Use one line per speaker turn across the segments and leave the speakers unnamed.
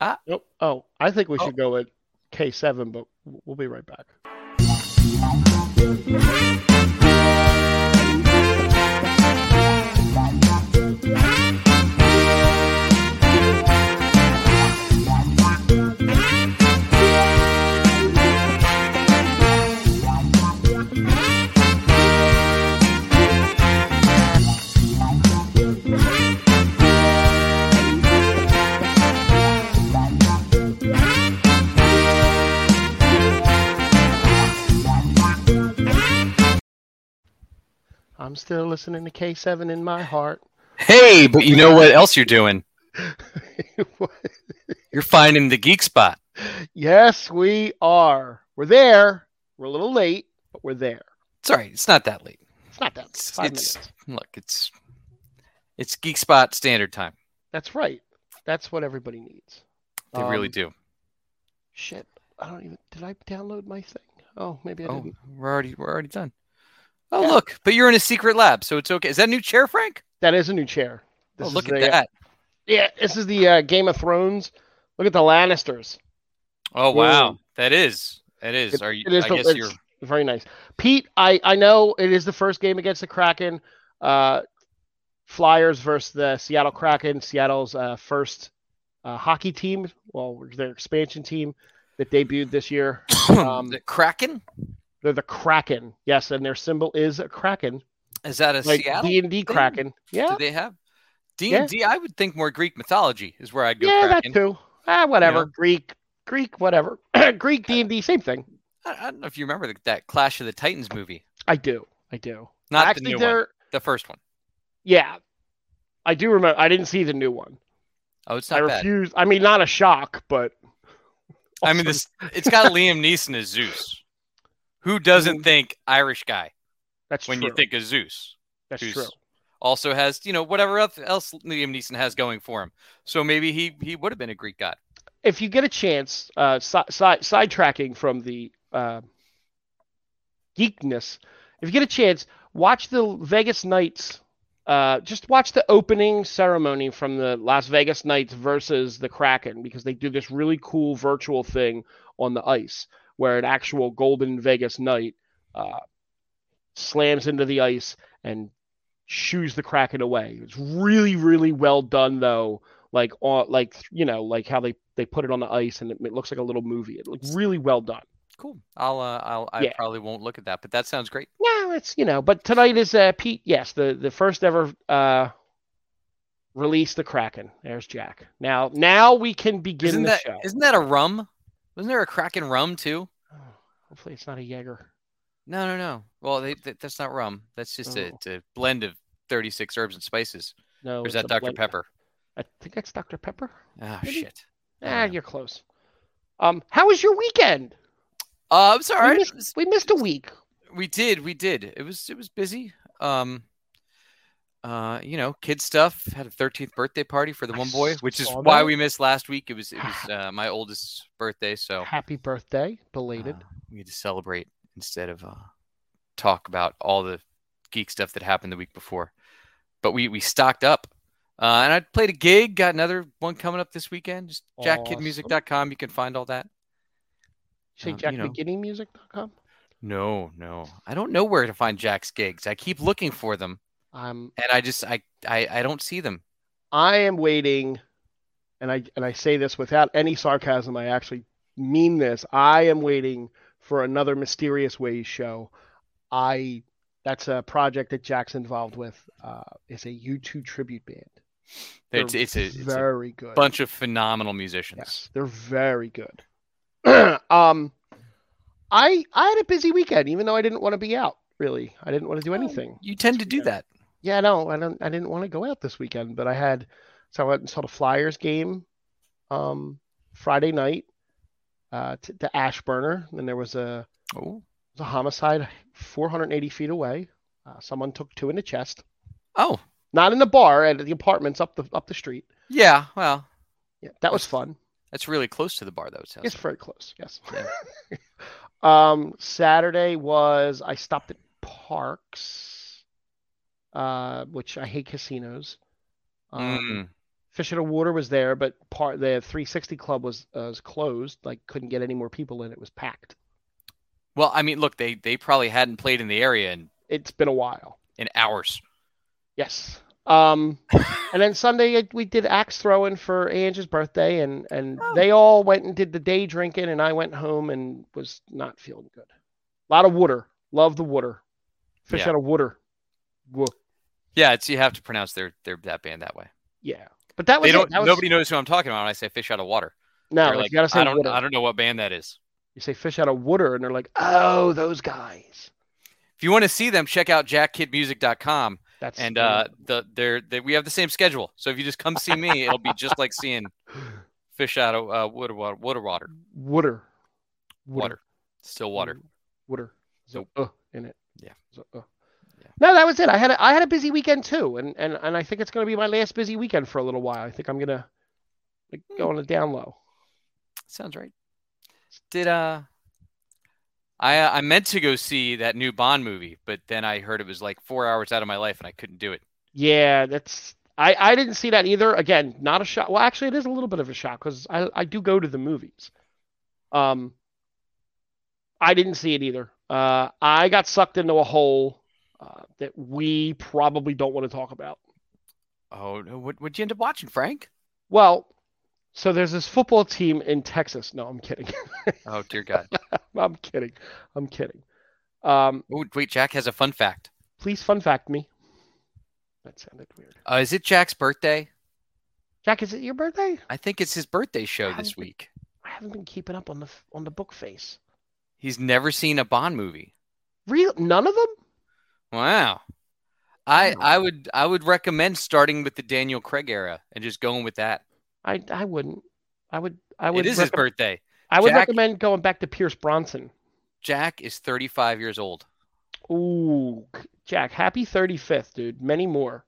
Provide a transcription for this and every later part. Ah.
Nope. Oh, I think we
Oh.
should go with K7, but we'll be right back. I'm still listening to K7 in my heart.
Hey, but you know what else you're doing?
What?
You're finding the geek spot.
yes, we are. We're there. We're a little late, but we're there.
It's all right. It's not that late.
It's not that.
It's,
Five
it's
minutes.
look. It's it's geek spot standard time.
That's right. That's what everybody needs.
They really
Um,
do.
Shit. I don't even. Did I download my thing? Oh, maybe I
Oh,
didn't.
we're already we're already done. Oh
Yeah.
look, but you're in a secret lab, so it's okay. Is that a new chair, Frank?
That is a new chair.
Oh,
This is
look at
the, uh,
that.
Yeah, this is the uh, Game of Thrones. Look at the Lannisters.
Oh
Whoa.
wow, that is that is.
It-
Are you?
It is
I
the-
guess
it's
you're.
very nice, Pete. I I know it is the first game against the Kraken. Uh, Flyers versus the Seattle Kraken. Seattle's uh, first uh, hockey team. Well, their expansion team that debuted this year. um,
the Kraken
They're the Kraken. Yes, and their symbol is a Kraken,
is that a
like
Seattle?
D and D Kraken. Yeah,
Do they have D
Yeah.
and D? I would think more Greek mythology is where I'd go.
yeah,
Kraken.
that too. Ah, whatever.
know?
Greek, Greek, whatever. Greek D and D, same thing.
I, I don't know if you remember the, that Clash of the Titans movie,
I do. I do.
Not the
actually
new one.
there.
the first one.
Yeah, I do remember. I didn't see the new one.
Oh, it's
I
not bad.
refuse. I mean, not a shock, but
I mean, this it's got Liam Neeson as Zeus. Who doesn't think Irish guy
that's
when
true.
you think of Zeus?
that's
who's-
true.
Also has you know whatever else- else Liam Neeson has going for him. So maybe he he would have been a Greek god.
If you get a chance, uh, si- si- sidetracking from the uh, geekness, if you get a chance, watch the Vegas Knights. Uh, just watch the opening ceremony from the Las Vegas Knights versus the Kraken because they do this really cool virtual thing on the ice where an actual Golden Vegas Knight uh, slams into the ice and shoos the Kraken away. It's really, really well done though. Like on, like you know, like how they they put it on the ice and it, it looks like a little movie. It looks really well done.
Cool. I'll uh, I'll I
Yeah.
probably won't look at that, but that sounds great.
No, it's you know, but tonight is uh Pete. Yes, the the first ever uh release the Kraken. There's Jack. Now now we can begin
Isn't
the
that
show.
not that a rum? Wasn't there a Kraken rum too?
Hopefully it's not a Jaeger.
No, no, no. Well, they, th- that's not rum. That's just a,
Oh.
it's a blend of 36 herbs and spices.
No,
Or is
it's
that
a
Dr.
Blake-
Pepper?
I think that's Dr Pepper.
Ah,
Maybe.
shit. I don't
Ah,
know.
you're close. Um, how was your weekend?
Uh, it was all right.
We
It
missed,
was-
we missed a week.
we did, we did. It was, it was busy. Um, uh, you know, kid stuff. Had a 13th birthday party for the
I
one boy, which is
saw
why
that.
we missed last week. It was, it was uh, my oldest birthday, so uh,
Happy birthday, belated.
we had to celebrate instead of uh, talk about all the geek stuff that happened the week before. But we we stocked up. Uh, and I played a gig, got another one coming up this weekend. Just jackkidmusic.com. You can find all that.
Say
um,
Jack
you know.
JackBeginnyMusic.com.
No, no. I don't know where to find Jack's gigs. I keep looking for them
Um,
and I just I I, I don't see them.
I am waiting, and I and I say this without any sarcasm. I actually mean this. I am waiting for another Mysterious Ways show. I that's a project that Jack's involved with. Uh, it's a U2 tribute band. They're
It's it's a, it's a
very good.
bunch of phenomenal musicians.
Yes, they're very good. um, I I had a busy weekend, even though I didn't want to be out. Really, I didn't want to do anything.
You tend to do
Yeah.
that.
Yeah, no, I don't. I didn't want to go out this weekend, but I had. So I went and saw the Flyers game, um, Friday night, uh, to, to Ashburner, and there was a
Oh.
was a homicide 480 feet away. Uh, someone took two in the chest,
Oh.
not in the bar, at the apartments up the up the street.
Yeah, well,
Yeah, that was fun.
that's really close to the bar though. It sounds
It's
like.
very close. Yes.
Yeah.
um, Saturday was I stopped at Parks, uh, which I hate casinos. Um,
Mm.
Fish Out of Water was there, but part the 360 Club was uh, was closed. Like couldn't get any more people in. It was packed.
Well, I mean, look, they they probably hadn't played in the area in,
It's been a while.
in hours.
Yes. Um, and then Sunday it- we did axe throwing for Angie's birthday, and and
Oh.
they all went and did the day drinking, and I went home and was not feeling good. A lot of water. Love the water. Fish
Yeah.
out of water. Woo.
Yeah, it's you have to pronounce their their that band that way.
Yeah. But that was
They
it.
don't.
That was-
Nobody knows who I'm talking about when I say fish out of water.
No,
They're
like,
like,
you gotta say
I don't.
water.
I don't know what band that is.
You say fish out of water, and they're like, oh, those guys.
If you want to see them, check out jackkidmusic.com.
That's
And uh, the they're, they we have the same schedule. So if you just come see me, it'll be just like seeing fish out of uh, water, water, water, water,
water.
water, still water.
Water.
Nope.
Uh, in it.
Yeah.
So, uh.
Yeah.
No, that was it. I had a, I had a busy weekend too, and and and I think it's going to be my last busy weekend for a little while. I think I'm gonna like,
Hmm.
go on a down low.
Sounds right. Did uh, I uh, I meant to go see that new Bond movie, but then I heard it was like four hours out of my life, and I couldn't do it.
Yeah, that's I I didn't see that either. Again, not a shock. Well, actually, it is a little bit of a shock because I I do go to the movies. Um, I didn't see it either. Uh, I got sucked into a hole uh, that we probably don't want to talk about.
Oh no! What what'd you end up watching, Frank?
Well, so there's this football team in Texas. No, I'm kidding.
Oh dear God!
I'm kidding. I'm kidding. Um,
Oh wait, Jack has a fun fact.
please fun fact me. That sounded weird.
Uh, is it Jack's birthday?
Jack, is it your birthday?
I think it's his birthday show this
Happy-
week.
I haven't been keeping up on the on the book face.
He's never seen a Bond movie.
Real none of them?
Wow. I
Wow.
I would I would recommend starting with the Daniel Craig era and just going with that.
I I wouldn't. I would I
It
would
is his
recom-
birthday.
I would
Jack-
recommend going back to Pierce Bronson.
Jack is 35 years old.
Ooh, c- Jack, happy 35th, dude. Many more.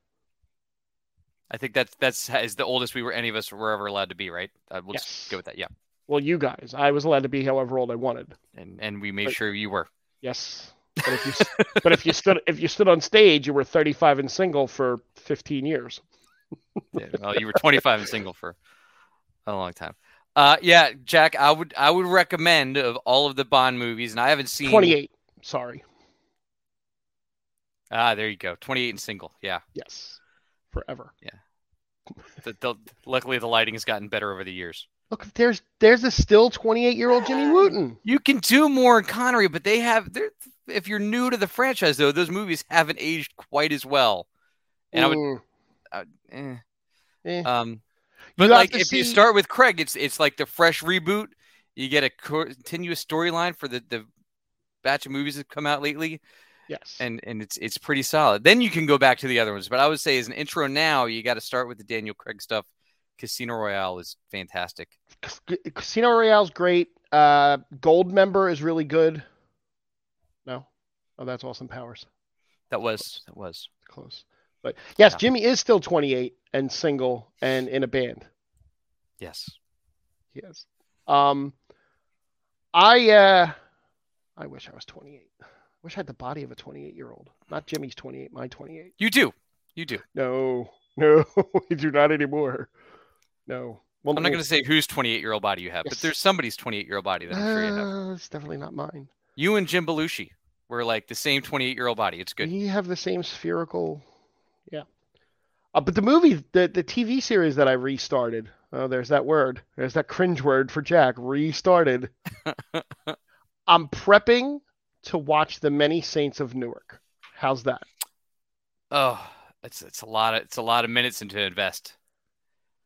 I think that's that's is the oldest we were any of us were ever allowed to be, right? Uh, we'll
Yes.
just go with that. Yeah.
Well, you guys, I was allowed to be however old I wanted.
And and we made
But-
sure you were.
Yes. But if you s- but if you stood if you stood on stage, you were 35 and single for 15 years.
Yeah, well, you were 25 and single for a long time. Uh yeah, Jack, I would I would recommend of all of the Bond movies and I haven't seen
28. Sorry.
Ah, there you go. 28 and single. Yeah.
Yes. Forever.
The, the, luckily the lighting has gotten better over the years.
Look, there's there's a still 28 year old Jimmy Wooten.
You can do more in Connery, but they have. they're- If you're new to the franchise, though, those movies haven't aged quite as well. And I would,
Mm,
eh.
eh.
um, but
have
like
to
if you
see-
start with Craig, it's it's like the fresh reboot. You get a co- continuous storyline for the the batch of movies that come out lately,
yes.
and and it's it's pretty solid. Then you can go back to the other ones, but I would say as an intro now, you got to start with the Daniel Craig stuff. Casino Royale is fantastic.
Cas- Casino Royale's great. Uh, Gold Member is really good. No, oh, that's Austin Powers.
That was that was
Close, but yes,
Yeah.
Jimmy is still 28 and single and in a band.
yes.
He is. Um, I uh, I wish I was 28. Wish I had the body of a 28 year old. Not Jimmy's 28, my 28.
You do, you do.
No, no, we do not anymore. No. Well,
I'm not going to say whose 28 year old body you have, but
Oh. Yes.
there's somebody's 28 year old body that I'm sure you have.
Uh, it's definitely not mine.
You and Jim Belushi were like the same 28 year old body. It's good.
We have the same spherical, yeah. Uh, but the movie, the the TV series that I restarted. Oh, there's that word. There's that cringe word for Jack. Restarted. I'm prepping to watch The Many Saints of Newark. How's that?
Oh, it's it's a lot of it's a lot of minutes into invest.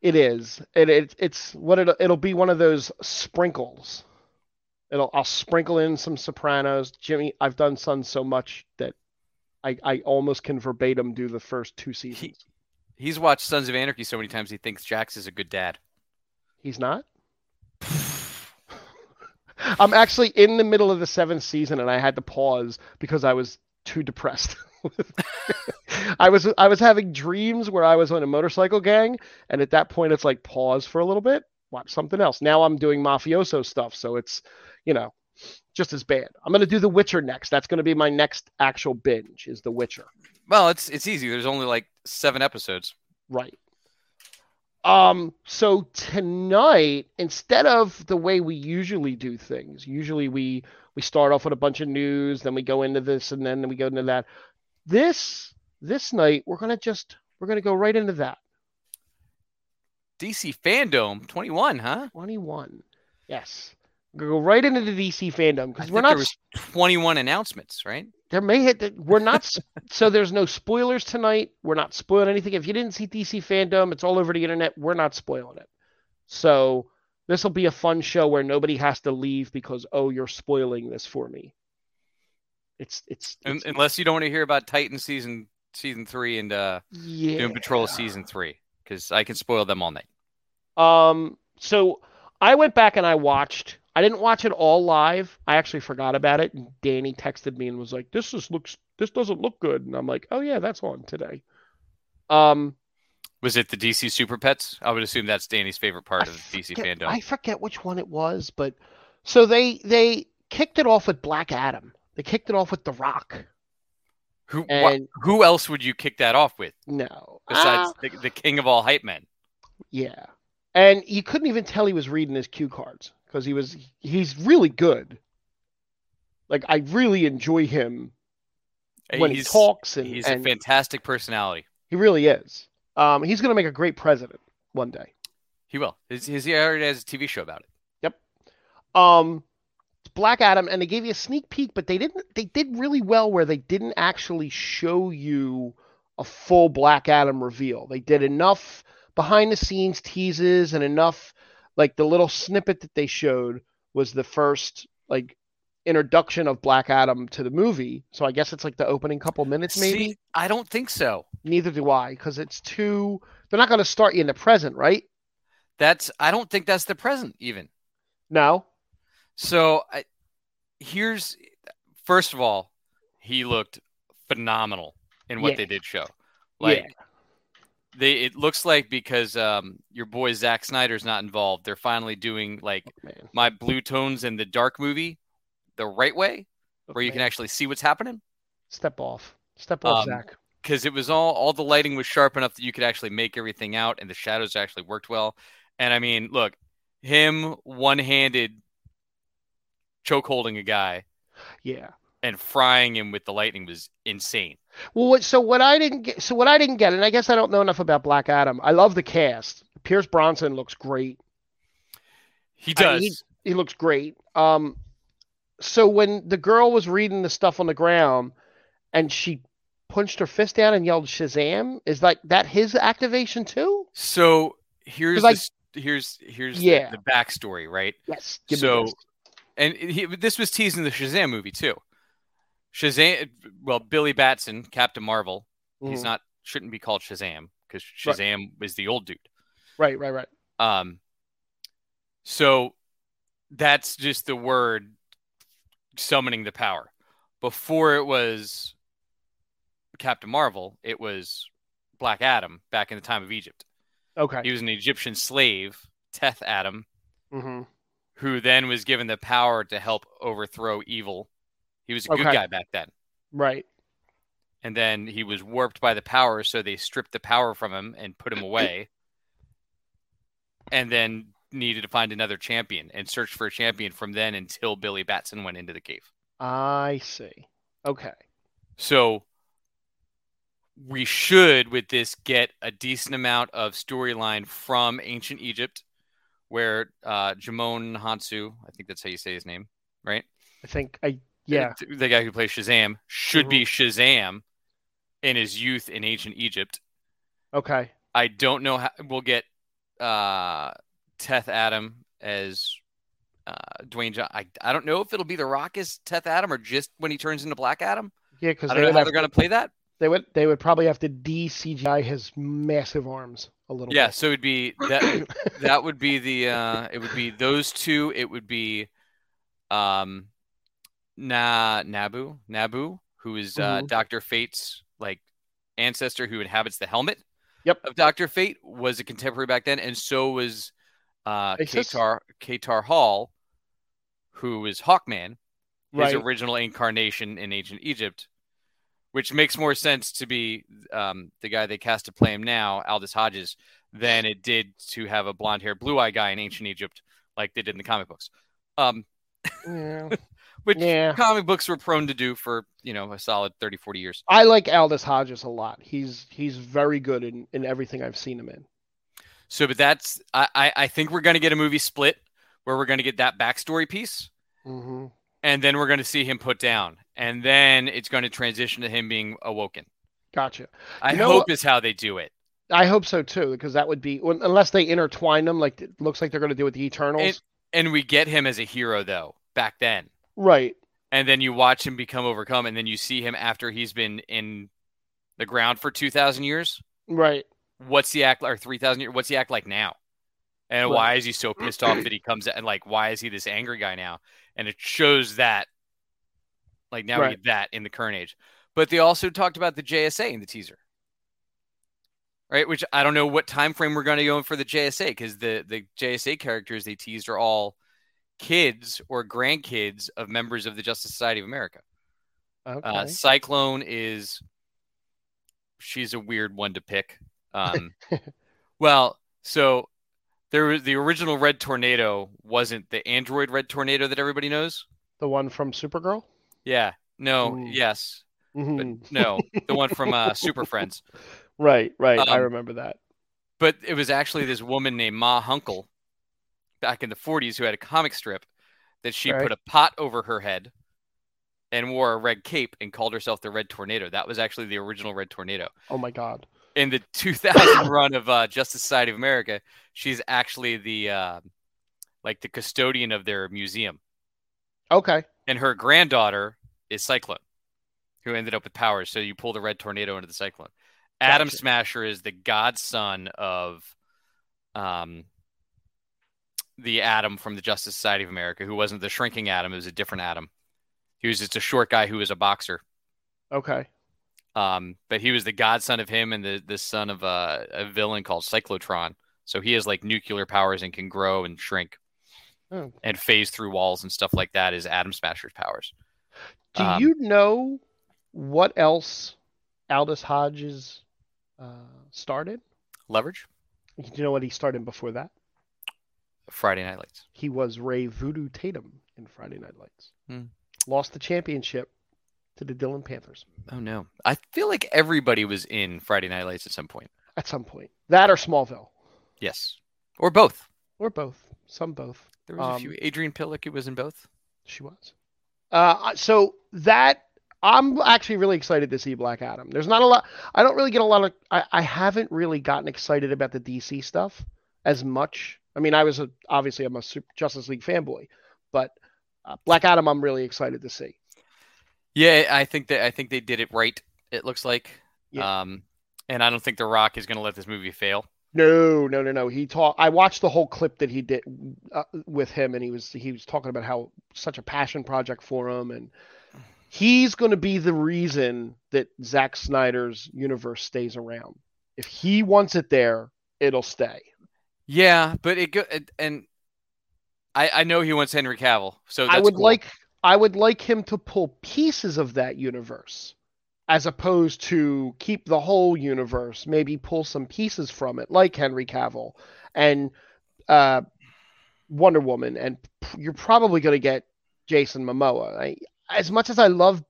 It is. It, it it's what it it'll be one of those sprinkles. It'll I'll sprinkle in some Sopranos. Jimmy, I've done Sun so much that I I almost can verbatim do the first two seasons.
He's watched Sons of Anarchy so many times he thinks Jax is a good dad.
He's not? I'm actually in the middle of the seventh season and I had to pause because I was too depressed. I was I was having dreams where I was on a motorcycle gang, and at that point it's like pause for a little bit, watch something else. Now I'm doing mafioso stuff, so it's you know just as bad. I'm gonna do The Witcher next. That's gonna be my next actual binge is The Witcher.
Well, it's it's easy. There's only like seven episodes.
Right. Um, so tonight, instead of the way we usually do things, usually we we start off with a bunch of news, then we go into this, and then we go into that. This this night, we're gonna just we're gonna go right into that.
DC fandom 21, huh?
21. Yes. We're gonna go right into the DC fandom
I
because
think
we're not
there was 21 announcements, right?
there may hit we're not s- so there's no spoilers tonight we're not spoiling anything if you didn't see dc fandom it's all over the internet we're not spoiling it so this will be a fun show where nobody has to leave because oh you're spoiling this for me it's it's,
Un-
it's
unless you don't want to hear about Titan season season 3 and uh
yeah
Doom Patrol season 3 cuz I can spoil them all night.
Um, so I went back and I watched. I didn't watch it all live. I actually forgot about it. And Danny texted me and was like, "This just looks. This doesn't look good." And I'm like, "Oh yeah, that's on today." Um,
Was it the DC Super Pets? I would assume that's Danny's favorite part
I
of the DC
forget-
fandom.
I forget which one it was, but so they they kicked it off with Black Adam. They kicked it off with The Rock.
Who wha-
And
who else would you kick that off with
no,
besides
Ah,
the, the king of all hype men?
yeah, and you couldn't even tell he was reading his cue cards because he was he's really good. Like I really enjoy him when he
He's-
talks and,
he's
and
a fantastic personality.
he really is. Um, he's going to make a great president one day.
He will. His, his, he already has a TV show about it.
Um, Black Adam, and they gave you a sneak peek, but they didn't. They did really well where they didn't actually show you a full Black Adam reveal. They did enough behind the scenes teases and enough like the little snippet that they showed was the first like introduction of Black Adam to the movie. So I guess it's like the opening couple minutes maybe.
See, I don't think so.
Neither do I because it's too. They're not going to start you in the present, right?
That's I don't think that's the present even.
No.
So I, here's first of all, he looked phenomenal in what
Yeah.
they did show. Like they, it looks like because um, your boy Zack Snyder's not involved, they're finally doing like
man.
my blue tones in the dark movie the right way, where you can
Man,
actually see what's happening.
step off. Step off,
Um,
Zach.
Because it was all all the lighting was sharp enough that you could actually make everything out, and the shadows actually worked well. And I mean, look, him one handed choke holding a guy
Yeah.
and frying him with the lightning was insane.
Well, what, so what I didn't get, so what I didn't get, and I guess I don't know enough about Black Adam. I love the cast. Pierce Bronson looks great.
He
I mean,
does.
He looks great. Um, so when the girl was reading the stuff on the ground, and she punched her fist down and yelled Shazam, is like that his activation too?
so here's
'Cause I-
this, here's here's the-
Yeah.
the backstory, right?
Yes.
So-
this.
and he, this was teased in the Shazam movie too. Shazam, well, Billy Batson, Captain Marvel, he's
Mhm.
not shouldn't be called Shazam because
Right.
Shazam is the old dude.
right, right, right.
Um, so that's just the word summoning the power. Before it was Captain Marvel, it was Black Adam back in the time of Egypt.
Okay.
He was an Egyptian slave, Teth Adam,
hmm
who then was given the power to help overthrow evil. He was a good
Okay.
guy back then.
Right.
And then he was warped by the power, so they stripped the power from him and put him away. And then needed to find another champion and searched for a champion from then until Billy Batson went into the cave.
I see. Okay.
So we should, with this, get a decent amount of storyline from ancient Egypt, where uh, Jamon Hansu, I think that's how you say his name, right?
I think I yeah.
th- the guy who plays Shazam should be Shazam in his youth in ancient Egypt.
Okay.
I don't know how we'll get uh, Teth Adam as uh, Dwayne John. I, I don't know if it'll be The Rock as Teth Adam or just when he turns into Black Adam.
Yeah, because
I
they
don't know
would
how
have
they're going to play that.
They would they would probably have to de CGI his massive arms a little
Yeah,
bit.
so it'd be that that would be the uh, it would be those two. It would be um, Na Nabu Nabu, who is uh,
Mhm.
Doctor Fate's like ancestor who inhabits the helmet.
Yep.
Of Doctor Fate was a contemporary back then, and so was uh,
Makes sense.
Katar Katar Hall, who is Hawkman, his
Right.
original incarnation in ancient Egypt. which makes more sense to be um, the guy they cast to play him now, Aldous Hodges, than it did to have a blonde hair, blue eye guy in ancient Egypt like they did in the comic books. Um,
Yeah.
which
Yeah.
comic books were prone to do for, you know, a solid 30, 40 years.
I like Aldous Hodges a lot. He's he's very good in, in everything I've seen him in.
So, but that's, I, I, I think we're going to get a movie split where we're going to get that backstory piece
Mm-hmm.
and then we're going to see him put down and then it's going to transition to him being awoken.
Gotcha.
I
You know-
hope is how they do it.
I hope so too, because that would be un- unless they intertwine them, like it looks like they're going to do with the Eternals.
It- And we get him as a hero though, back then.
right.
and then you watch him become overcome and then you see him after he's been in the ground for 2000 years
Right.
what's he act or 3000 years what's he act like now and
Right.
why is he so pissed off that he comes and like why is he this angry guy now and it shows that like now we
Right.
get that in the current age but they also talked about the jsa in the teaser right which i don't know what time frame we're going to go in for the jsa because the the jsa characters they teased are all kids or grandkids of members of the justice society of america
Okay.
uh, Cyclone is she's a weird one to pick. Um, well, so there was the original Red Tornado wasn't the android Red Tornado that everybody knows.
the one from Supergirl.
Yeah, no,
Ooh.
yes, but
Mhm.
no, the one from uh, Super Friends.
Right. Right. I
Um,
remember that.
But it was actually this woman named Ma Hunkel back in the 40s who had a comic strip that she
Right.
put a pot over her head and wore a red cape and called herself the Red Tornado. That was actually the original Red Tornado.
Oh my God.
in the 2000 run of uh, Justice Society of America, she's actually the uh, like the custodian of their museum,
Okay.
and her granddaughter is Cyclone, who ended up with powers. So you pull the Red Tornado into the Cyclone. Adam
Gotcha.
Smasher is the godson of um, the Adam from the Justice Society of America, who wasn't the shrinking Adam; it was a different Adam. He was just a short guy who was a boxer.
Okay.
Um, but he was the godson of him and the, the son of a, a villain called Cyclotron. So he has like nuclear powers and can grow and shrink
Oh.
and phase through walls and stuff like that is Atom Smasher's powers.
Do
Um,
you know what else Aldous Hodges uh, started?
Leverage?
Do you know what he started before that?
Friday Night Lights.
He was Ray Voodoo Tatum in Friday Night Lights.
Hmm.
Lost the championship to the Dillon Panthers
Oh no. I feel like everybody was in Friday Night Lights at some point.
at some point. That or Smallville
Yes. Or both.
or both. Some both.
There was a
Um,
few Adrian Pillick who was in both.
She was. Uh, so that I'm actually really excited to see Black Adam. There's not a lot. I don't really get a lot of. I, I haven't really gotten excited about the DC stuff as much. I mean, I was a, obviously I'm a Super Justice League fanboy, but uh, Black Adam I'm really excited to see.
Yeah, I think that I think they did it right, it looks like.
Yeah.
Um and I don't think The Rock is gonna let this movie fail.
No, no, no, no. He talked. I watched the whole clip that he did uh, with him, and he was he was talking about how such a passion project for him, and he's going to be the reason that Zack Snyder's universe stays around. If he wants it there, it'll stay.
Yeah, but it go it- and I I know he wants Henry Cavill, so that's
I would
cool.
like I would like him to pull pieces of that universe, as opposed to keep the whole universe. Maybe pull some pieces from it, like Henry Cavill and uh, Wonder Woman, and p- you're probably going to get Jason Momoa. I, as much as I love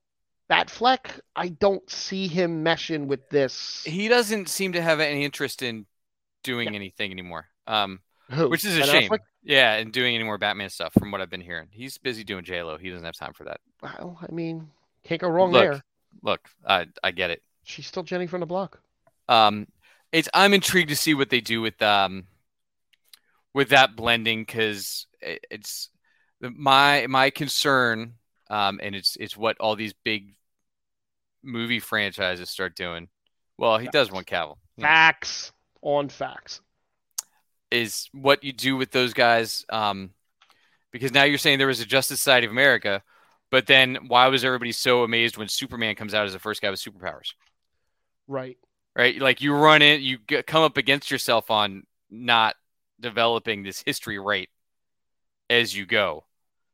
Batfleck, I don't see him meshing with this.
he doesn't seem to have any interest in doing anything anymore. Um,
Who?
which is a
Ben
shame.
Affleck?
Yeah, and doing any more Batman stuff from what I've been hearing. He's busy doing J Lo. He doesn't have time for that.
Well, I mean, can't go wrong
Look.
there.
Look, I I get it.
She's still Jenny from the block.
Um, it's I'm intrigued to see what they do with um with that blending because it, it's my my concern um and it's it's what all these big movie franchises start doing. Well, he does want Cavill. Yeah.
Facts on facts.
is what you do with those guys. Um, because now you're saying there was a Justice Society of America, but then why was everybody so amazed when Superman comes out as the first guy with superpowers?
Right.
Right? Like you run in, you g come up against yourself on not developing this history right as you go.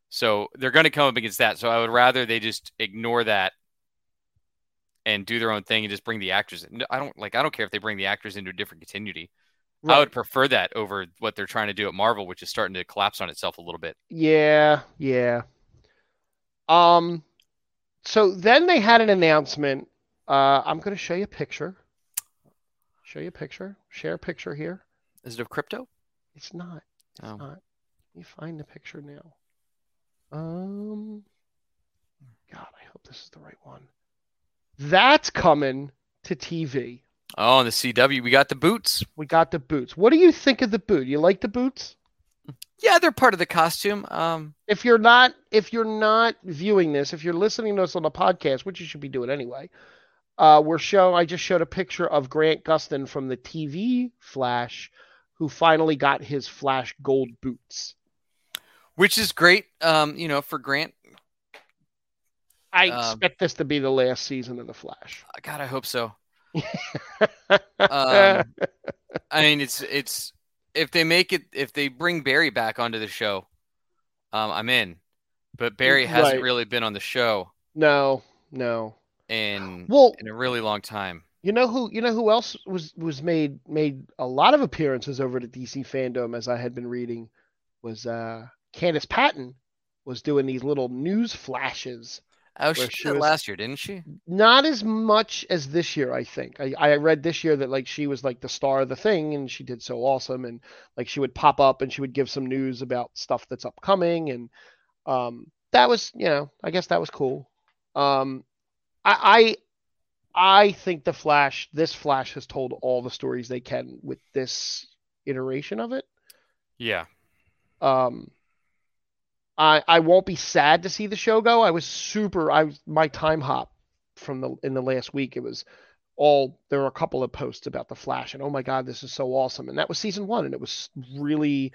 So they're going to come up against that. So I would rather they just ignore that and do their own thing and just bring the actors in. No, I don't like I don't care if they bring the actors into a different continuity. I would prefer that over what they're trying to do at Marvel, which is starting to collapse on itself a little bit.
Yeah, yeah. Um, so then they had an announcement. Uh, I'm going to show you a picture. Show you a picture. Share a picture here.
Is it of crypto?
It's not. It's
Oh.
not. Let me find the picture now. Um, God, I hope this is the right one. That's coming to TV.
Oh, and the CW, we got the boots.
We got the boots. What do you think of the boot? You like the boots?
Yeah, they're part of the costume. Um,
if you're not if you're not viewing this, if you're listening to us on the podcast, which you should be doing anyway, uh, we're showing. I just showed a picture of Grant Gustin from the TV Flash, who finally got his Flash gold boots.
which is great. Um, you know, for Grant.
I
Um,
expect this to be the last season of the Flash.
Uh, God, I hope so. Um, I mean, it's it's if they make it if they bring Barry back onto the show, um, I'm in. But Barry hasn't
Right.
really been on the show
no, no.
in
Well,
in a really long time.
you know who you know who else was was made made a lot of appearances over to DC fandom as I had been reading was uh Candace Patton was doing these little news flashes
Oh, she
Where
did
she
that
was-
last year, didn't she?
not as much as this year i think I, I read this year that like she was like the star of the thing and she did so awesome and like she would pop up and she would give some news about stuff that's upcoming and um that was you know i guess that was cool um i i i think the flash this flash has told all the stories they can with this iteration of it
Yeah.
um i i won't be sad to see the show go i was super i was my time hop from the in the last week it was all there were a couple of posts about the flash and oh my god this is so awesome and that was season one and it was really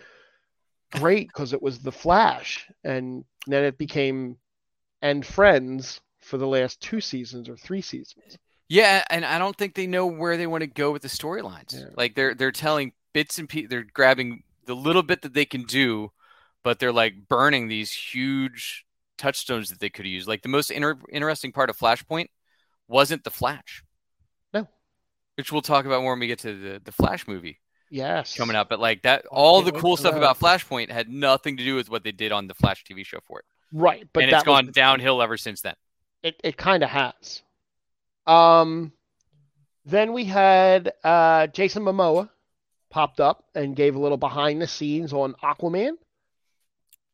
great because it was the flash and then it became and friends for the last two seasons or three seasons
Yeah, and I don't think they know where they want to go with the storylines.
Yeah.
Like they're they're telling bits and pieces. They're grabbing the little bit that they can do, but they're like burning these huge touchstones that they could use. Like the most inter- interesting part of Flashpoint wasn't the Flash.
No.
Which we'll talk about more when we get to the the Flash movie
yes
coming up. But like that, all
can't
the
wait
cool
for
stuff
that.
about Flashpoint had nothing to do with what they did on the Flash TV show for it,
right but
and
that
it's
was
gone downhill ever since then.
it, it kind of has. Um, then we had uh, Jason Momoa popped up and gave a little behind the scenes on Aquaman,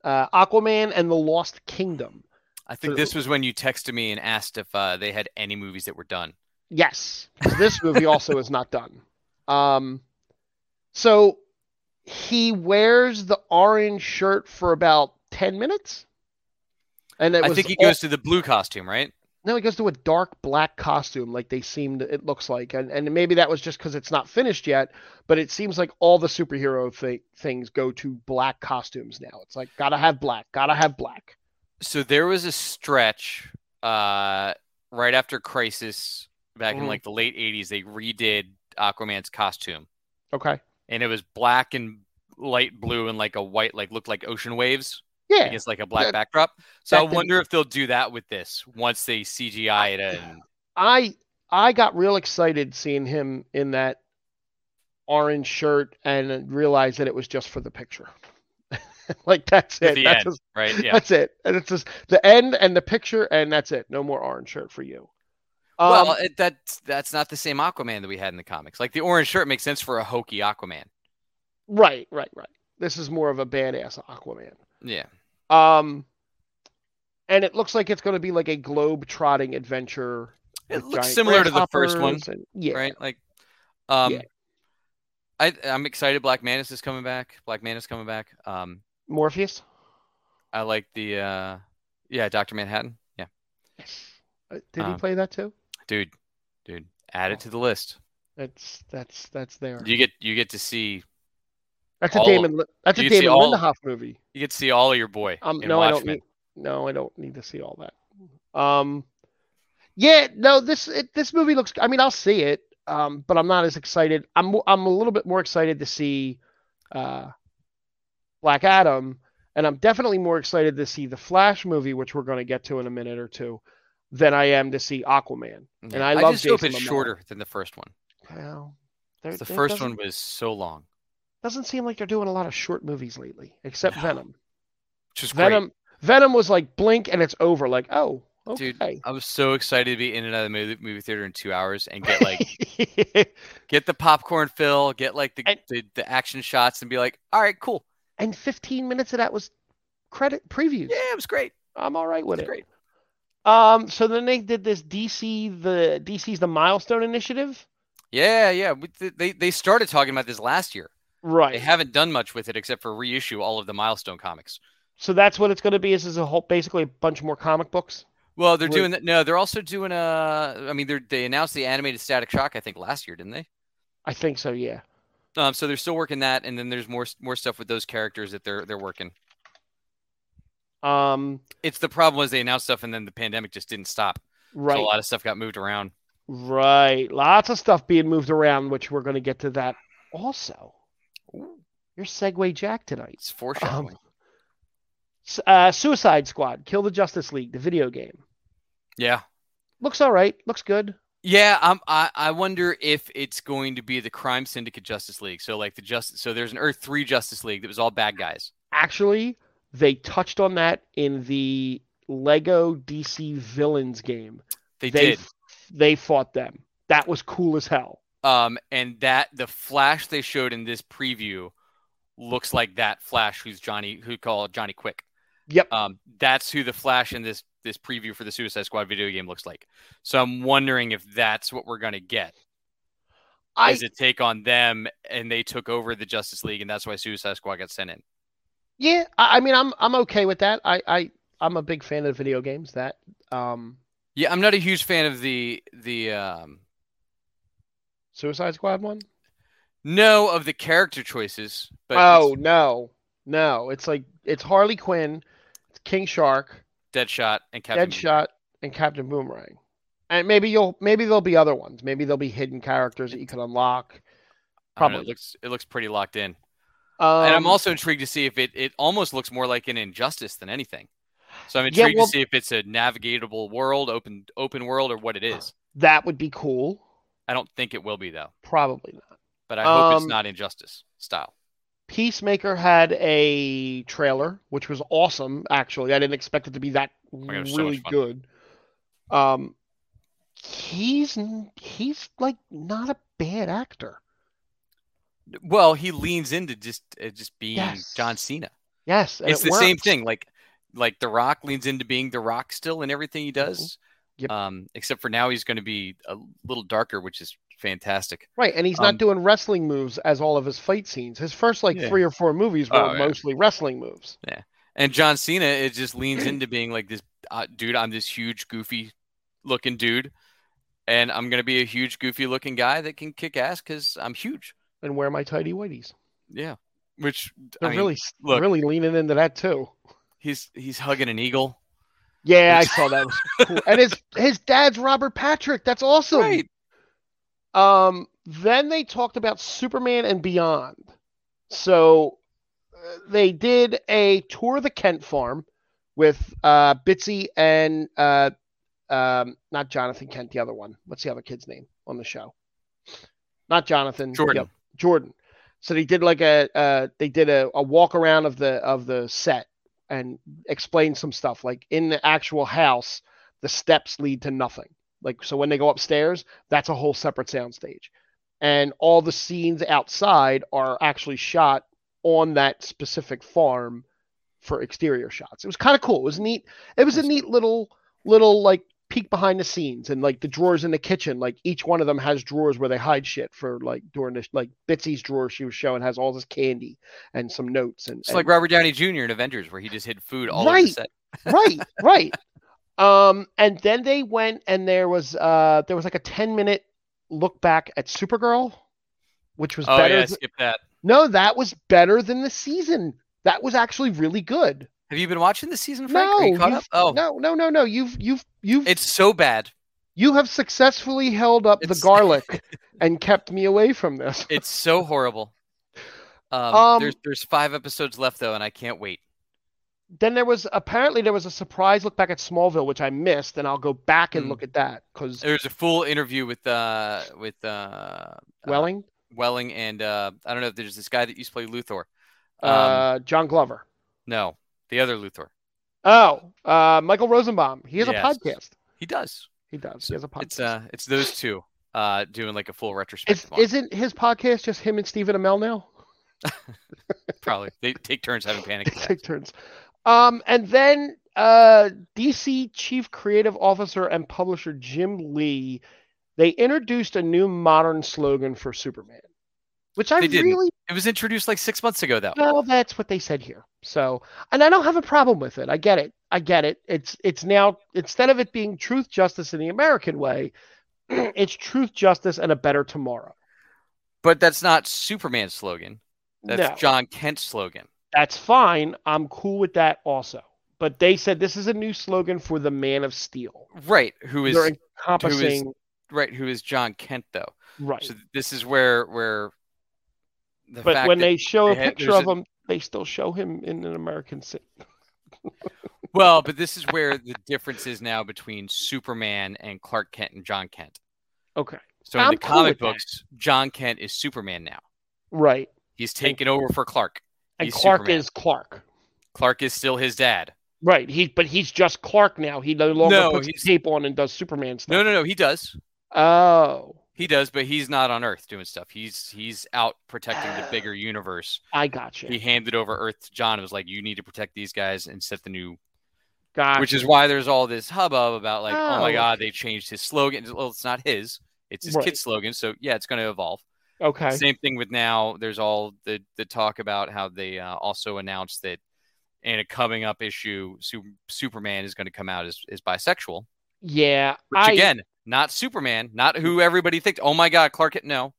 uh, Aquaman and the Lost Kingdom.
I think
So-
this was when you texted me and asked if uh, they had any movies that were done.
Yes, 'cause this movie also is not done. Um, so he wears the orange shirt for about ten minutes, and it
I
was
think he
all-
goes to the blue costume, right?
No, he goes to a dark black costume, like they seemed it looks like, and and maybe that was just because it's not finished yet. But it seems like all the superhero thi- things go to black costumes now. It's like gotta have black, gotta have black.
So there was a stretch uh, right after Crisis back in
Mhm.
like the late 80s. They redid Aquaman's costume
Okay,
and it was black and light blue and like a white, like looked like ocean waves
yeah,
against like a black
That-
backdrop. So
that
I
didn't-
wonder if they'll do that with this once they CGI it. And
I I got real excited seeing him in that orange shirt and realized that it was just for the picture. like that's
To
it.
the end.
That's his-
right. Yeah.
that's it. And it's just the end and the picture, and that's it. No more orange shirt for you. Um,
well, it, that's, that's not the same Aquaman that we had in the comics. Like the orange shirt makes sense for a hokey Aquaman.
Right, right, right. This is more of a badass Aquaman.
Yeah.
Um, and it looks like it's going to be like a globe trotting adventure.
It
with
looks
giant
similar to the first one.
grasshoppers and- yeah,
right? Like, um,
Yeah.
I I'm excited. Black Manus is coming back. Black Manus coming back. Um,
Morpheus.
I like the uh, yeah, Doctor Manhattan. Yeah,
Uh, Did he
Um,
play that too?
dude, dude, add it to the list.
That's that's that's there.
You get you get to see
that's a
all of-
Damon. Li- that's a
you see
Damon
all-
Lindehoff movie.
you get to see all of your boy
Um,
in
no, I don't
Watchmen.
need. No, I don't need to see all that. Um, yeah, no, this it, this movie looks. I mean, I'll see it. Um, but I'm not as excited. I'm I'm a little bit more excited to see, uh, Black Adam, and I'm definitely more excited to see the Flash movie, which we're going to get to in a minute or two. than I am to see Aquaman.
Yeah.
And I love
Mm-hmm. just hope
Jason
it's
Momoa.
shorter than the first one.
Well, there-
The
there
first
doesn't-
one was so long,
doesn't seem like they're doing a lot of short movies lately, except
No.
Venom.
which was great.
Venom Venom was like blink and it's over. Like, oh, okay.
Dude, I was so excited to be in and out of the movie, movie theater in two hours and get like get the popcorn fill, get like the,
And-
the the action shots, and be like, all right, cool,
and 15 minutes of that was credit previews.
yeah, it was great,
I'm all right
it
with
was
it.
great.
Um, so then they did this DC the DC's the milestone initiative.
Yeah, yeah. we- th- They they started talking about this last year. They
Right.
haven't done much with it except for reissue all of the milestone comics.
so that's what it's going to be. Is is a whole basically a bunch more comic books.
Well, they're
Wait.
doing that. No, they're also doing uh I mean, they are they announced the animated Static Shock I think last year, didn't they?
I think so. Yeah.
Um, so they're still working that, and then there's more s- more stuff with those characters that they're they're working.
Um.
It's the problem was they announced stuff and then the pandemic just didn't stop. So
Right.
a lot of stuff got moved around.
Right. Lots of stuff being moved around, which we're going to get to that also. Your segue, Jack, tonight. Um,
It's foreshadowing.
S- Uh, Suicide Squad, Kill the Justice League, the video game.
yeah.
Looks all right. Looks good.
Yeah, I'm, I I wonder if it's going to be the Crime Syndicate Justice League. So like the just so there's an Earth Three Justice League that was all bad guys.
Actually, they touched on that in the Lego DC Villains game.
They,
they
did,
they fought them. That was cool as hell.
um, and that the Flash they showed in this preview looks like that Flash who's Johnny who called Johnny Quick.
Yep.
Um, that's who the Flash in this this preview for the Suicide Squad video game looks like. So I'm wondering if that's what we're gonna get.
I
is a take on them and they took over the Justice League and that's why Suicide Squad got sent in.
yeah. I, I mean, I'm I'm okay with that. I I I'm a big fan of video games. That um
Yeah, I'm not a huge fan of the the um
Suicide Squad one.
no of the character choices, but
oh
oh.
no, no. It's like it's Harley Quinn, it's King Shark,
Deadshot and Captain Uh,
Deadshot, and Captain Boomerang. And maybe you'll maybe there'll be other ones. Maybe there'll be hidden characters that you can unlock.
I don't know,
probably.
it looks it looks pretty locked in.
Um,
and I'm also intrigued to see if it it almost looks more like an injustice than anything. So I'm
Yeah,
intrigued
well-
to see if it's a navigatable world, open open world, or what it is.
that would be cool.
I don't think it will be though,
Probably not.
but I hope it's
Um,
not injustice style.
Peacemaker had a trailer, which was awesome. Actually, I didn't expect it to be that
God, it was so
really
much fun.
good. Um, he's he's like not a bad actor.
Well, he leans into just uh, just being
Yes.
John Cena.
Yes, and
it's
it
the same
works.
thing. Like like The Rock leans into being The Rock still in everything he does.
Mm-hmm. Yep.
Um, except for now he's going to be a little darker, which is fantastic.
right? And he's not
um,
doing wrestling moves as all of his fight scenes. His first like
Yeah.
three or four movies were
Oh, yeah.
mostly wrestling moves.
And John Cena it just leans into being like this uh, dude. I'm this huge goofy looking dude, and I'm going to be a huge goofy looking guy that can kick ass because I'm huge.
And wear my tidy whities.
Yeah. Which
They're
I mean,
really s-
look.
really leaning into that too.
he's he's hugging an eagle.
Yeah, I saw that. It was cool. And his his dad's Robert Patrick. That's awesome.
Right.
Um, then they talked about Superman and Beyond. So uh, they did a tour of the Kent farm with uh, Bitsy and uh, um, not Jonathan Kent, the other one. What's the other kid's name on the show? Not Jonathan. the
Jordan.
oth- Jordan. So they did like a uh, they did a, a walk around of the of the set and explained some stuff. Like in the actual house, the steps lead to nothing. Like so when they go upstairs, that's a whole separate soundstage. And all the scenes outside are actually shot on that specific farm for exterior shots. It was kind of cool. It was neat. It was a
Nice.
neat little little like peek behind the scenes and like the drawers in the kitchen. Like each one of them has drawers where they hide shit for like during this like Bitsy's drawer she was showing has all this candy and some notes and
It's like
and-
Robert Downey Jr. in Avengers where he just hid food all over
Right.
the set.
right right um and then they went and there was uh there was like a 10 minute look back at supergirl which was
Oh
better
yeah,
th-
skip that.
no that was better than the season that was actually really good
Have you been watching this season, Frank? Are you
No,
caught
you've-
up? Oh,
no no no no you've you've you've
it's so bad.
you have successfully held up the
It's-
garlic and kept me away from this
It's so horrible. Um,
Um,
there's there's five episodes left though, and I can't wait.
then there was apparently there was a surprise look back at Smallville, which I missed, and I'll go back and
Mm.
look at that because
There's a full interview with uh with uh, uh
Welling,
Welling and uh I don't know if there's this guy that used to play Luthor. um,
uh, John Glover.
No, the other Luthor.
Oh, uh, Michael Rosenbaum. He has
Yes.
a podcast.
He does.
He does. He has a podcast.
It's uh it's those two uh doing like a full
Is,
retrospective. on it,
isn't his podcast just him and Stephen Amell now?
probably they take turns having panic
They
attacks.
take turns. Um, and then uh, DC Chief Creative Officer and Publisher Jim Lee, they introduced a new modern slogan for Superman, which I
They didn't.
really
It was introduced like six months ago though.
well, that's what they said here. So, and I don't have a problem with it. I get it. I get it. It's it's now instead of it being truth, justice in the American way, it's truth, justice, and a better tomorrow.
But that's not Superman's slogan. That's
no,
John Kent's slogan.
that's fine. I'm cool with that also. But they said this is a new slogan for the Man of Steel.
Right, who is
They're encompassing
right, who is John Kent though.
right.
So this is where where the
but
fact
when
that-
they show
they
a
had-
picture
there's
of
a-
him, they still show him in an American city.
Well, but this is where the difference is now between Superman and Clark Kent and John Kent.
Okay,
So in
I'm
the
cool
comic
with that.
books, John Kent is Superman now.
right.
He's taken over for Clark.
And
He's
Clark
Superman.
is Clark.
Clark is still his dad.
Right. He but he's just Clark now. He no longer
No,
puts the
he's-
tape on and does Superman stuff.
No, no, no, he does.
Oh,
He does, but he's not on Earth doing stuff. He's he's out protecting the
Oh,
bigger universe.
I got you.
He handed over Earth to John and was like, You need to protect these guys and set the new
Got
which
you.
is why there's all this hubbub about like, oh, my
Ah, Oh,
god, they changed his slogan. Well, it's not his; it's his
Right.
kid's slogan. So yeah, it's going to evolve.
okay.
Same thing with now. There's all the the talk about how they uh, also announced that in a coming up issue, Su- Superman is going to come out as, as bisexual.
Yeah.
Which
I
again, not Superman, not who everybody thinks. Oh my god, Clark Kent. No,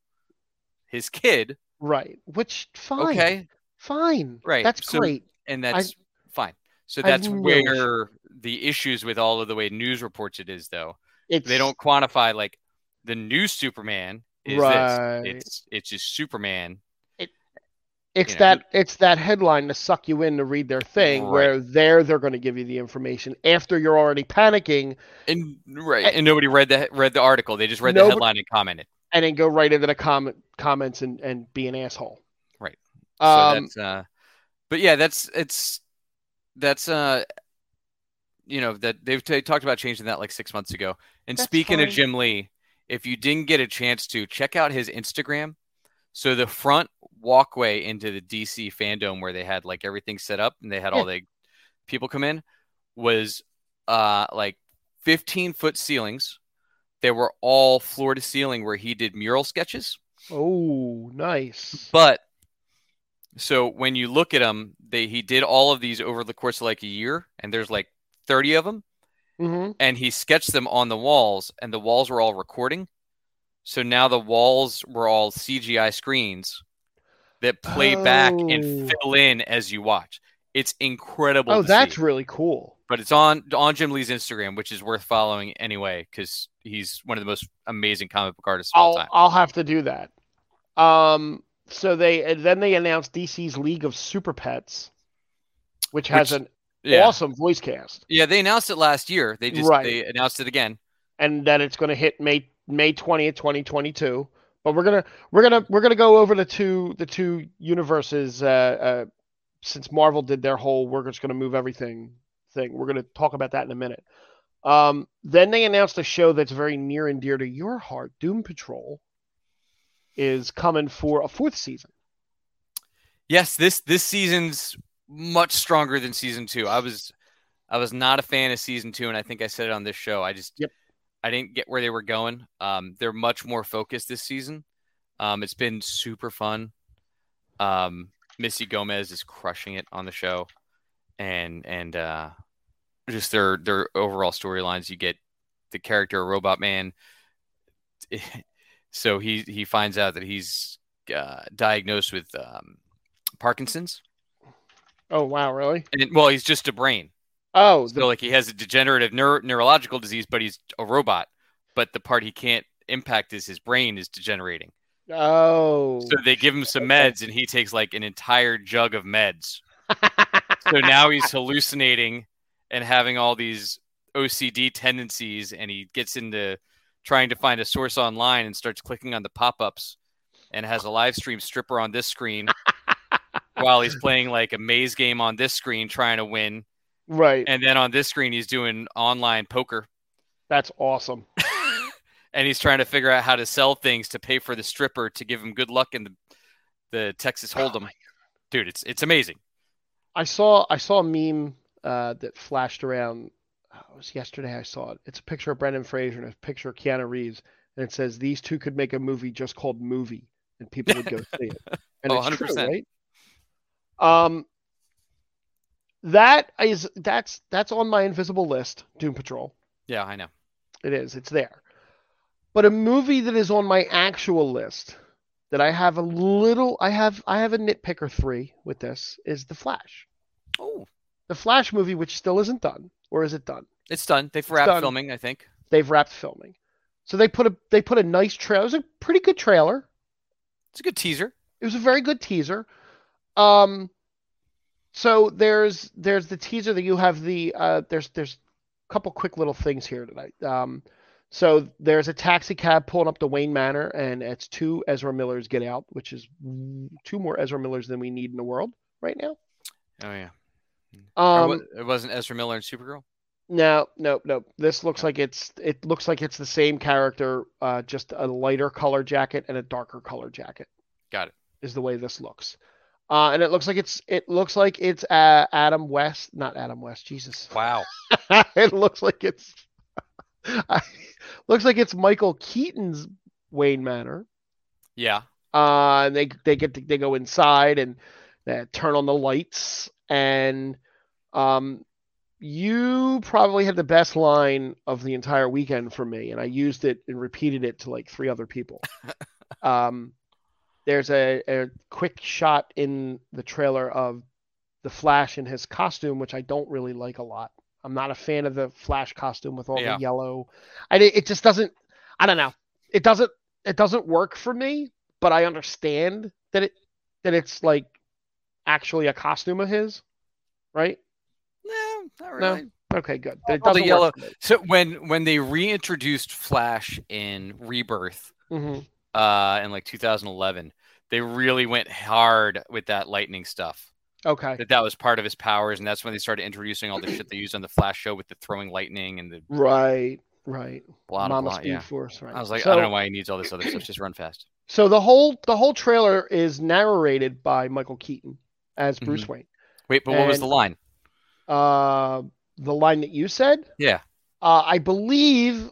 his kid.
right. Which fine.
Okay,
Fine.
Right,
That's
so-
great.
and that's fine. So
I
that's
really-
where the issues with all of the way news reports it is, though.
It's
they don't quantify like the new Superman is
Right.
this. It's it's just Superman.
it's
you know,
that it's that headline to suck you in to read their thing
Right.
where there they're going to give you the information after you're already panicking
And right.
And-
And nobody read the read the article. They just read the
Nobody-
headline and commented.
and then go right into the comment comments and and be an asshole.
Right. So
Um
that's uh but yeah, that's it's that's uh you know that they've they talked about changing that like six months ago. And
That's
speaking of
fine.
Jim Lee, if you didn't get a chance to check out his Instagram, so the front walkway into the DC fandom where they had like everything set up and they had all the people come in was uh like 15 foot ceilings. They were all floor to ceiling where he did mural sketches.
oh, nice.
But so when you look at him, they he did all of these over the course of like a year, and there's like 30 of them,
Mhm.
and he sketched them on the walls, and the walls were all recording. So now the walls were all CGI screens that play back and
Oh.
fill in as you watch. It's incredible.
Oh,
to
that's
see.
really cool.
but it's on on Jim Lee's Instagram, which is worth following anyway, because he's one of the most amazing comic book artists of all
I'll
time.
I'll have to do that. Um, so they and then they announced DC's League of Super Pets, which has
Which-
an
Yeah,
awesome voice cast,
yeah. They announced it last year. They just
Right.
they announced it again.
and that it's going to hit May May twentieth, twenty twenty two. But we're gonna we're gonna we're gonna go over the two the two universes. Uh, uh, since Marvel did their whole we're just gonna move everything thing, we're gonna talk about that in a minute. Um, then they announced a show that's very near and dear to your heart, Doom Patrol, is coming for a fourth season.
Yes, this this season's much stronger than season two. I was I was not a fan of season two, and I think I said it on this show. I just
Yep.
I didn't get where they were going. Um, they're much more focused this season. Um, it's been super fun. Um, Missy Gomez is crushing it on the show, and and uh, just their their overall storylines. You get the character Robot Man. So he he finds out that he's uh, diagnosed with um, Parkinson's.
Oh wow, really?
And it- well, he's just a brain.
Oh, the,
So like he has a degenerative neuro- neurological disease, but he's a robot. But the part he can't impact is his brain is degenerating.
oh.
So they give him some
Okay.
meds, and he takes like an entire jug of meds so now he's hallucinating and having all these OCD tendencies, and he gets into trying to find a source online and starts clicking on the pop-ups, and has a live stream stripper on this screen while he's playing like a maze game on this screen trying to win,
Right.
and then on this screen he's doing online poker,
That's awesome.
and he's trying to figure out how to sell things to pay for the stripper to give him good luck in the the Texas
Oh
Hold'em.
my
Dude, it's it's amazing.
I saw I saw a meme uh, that flashed around. oh, It was yesterday. I saw it. It's a picture of Brendan Fraser and a picture of Keanu Reeves, and it says these two could make a movie just called Movie, and people would go see it. And
Oh,
it's true,
100%.
right? Um, that is that's that's on my invisible list. Doom Patrol.
Yeah, I know.
It is. It's there. But a movie that is on my actual list that I have a little I have I have a nitpick or three with this is The Flash.
Oh,
the Flash movie, which still isn't done, or is it done?
it's done. They've
It's
wrapped
done.
filming, I think.
They've wrapped filming, so they put a they put a nice trailer. It was a pretty good trailer.
It's a good teaser.
It was a very good teaser. Um, so there's there's the teaser that you have the uh there's there's a couple quick little things here tonight. Um, so there's a taxi cab pulling up to Wayne Manor, and it's two Ezra Millers get out, which is two more Ezra Millers than we need in the world right now.
Oh yeah. Or
Um,
wa- it wasn't Ezra Miller and Supergirl.
No, no, no. This looks like it's it looks like it's the same character, uh, just a lighter color jacket and a darker color jacket.
Got it.
Is the way this looks. Uh, and it looks like it's it looks like it's uh, Adam West, not Adam West, Jesus.
Wow.
It looks like it's looks like it's Michael Keaton's Wayne Manor.
Yeah.
Uh, and they they get to, they go inside and they turn on the lights and um you probably had the best line of the entire weekend for me and I used it and repeated it to like three other people. um there's a, a quick shot in the trailer of the Flash in his costume, which I don't really like a lot. I'm not a fan of the Flash costume with all
Yeah.
the yellow. I di- it just doesn't. I don't know. It doesn't. It doesn't work for me. But I understand that it that it's like actually a costume of his, right?
No, not
No.
really.
Okay, good. That It
All the
doesn't
yellow-
work for me.
So when when they reintroduced Flash in Rebirth,
Mhm.
uh, in like 2011, they really went hard with that lightning stuff.
Okay,
That that was part of his powers, and that's when they started introducing all the shit they used on the Flash show with the throwing lightning and the
right, right.
blah blah
Mama
blah.
Speed
Yeah.
Force, right?
I was like,
So-
I don't know why he needs all this other stuff. Just run fast.
So the whole the whole trailer is narrated by Michael Keaton
Mm-hmm.
as Bruce Wayne.
Wait, but what was the
And-
line?
Uh, the line that you said,
Yeah.
uh, I believe,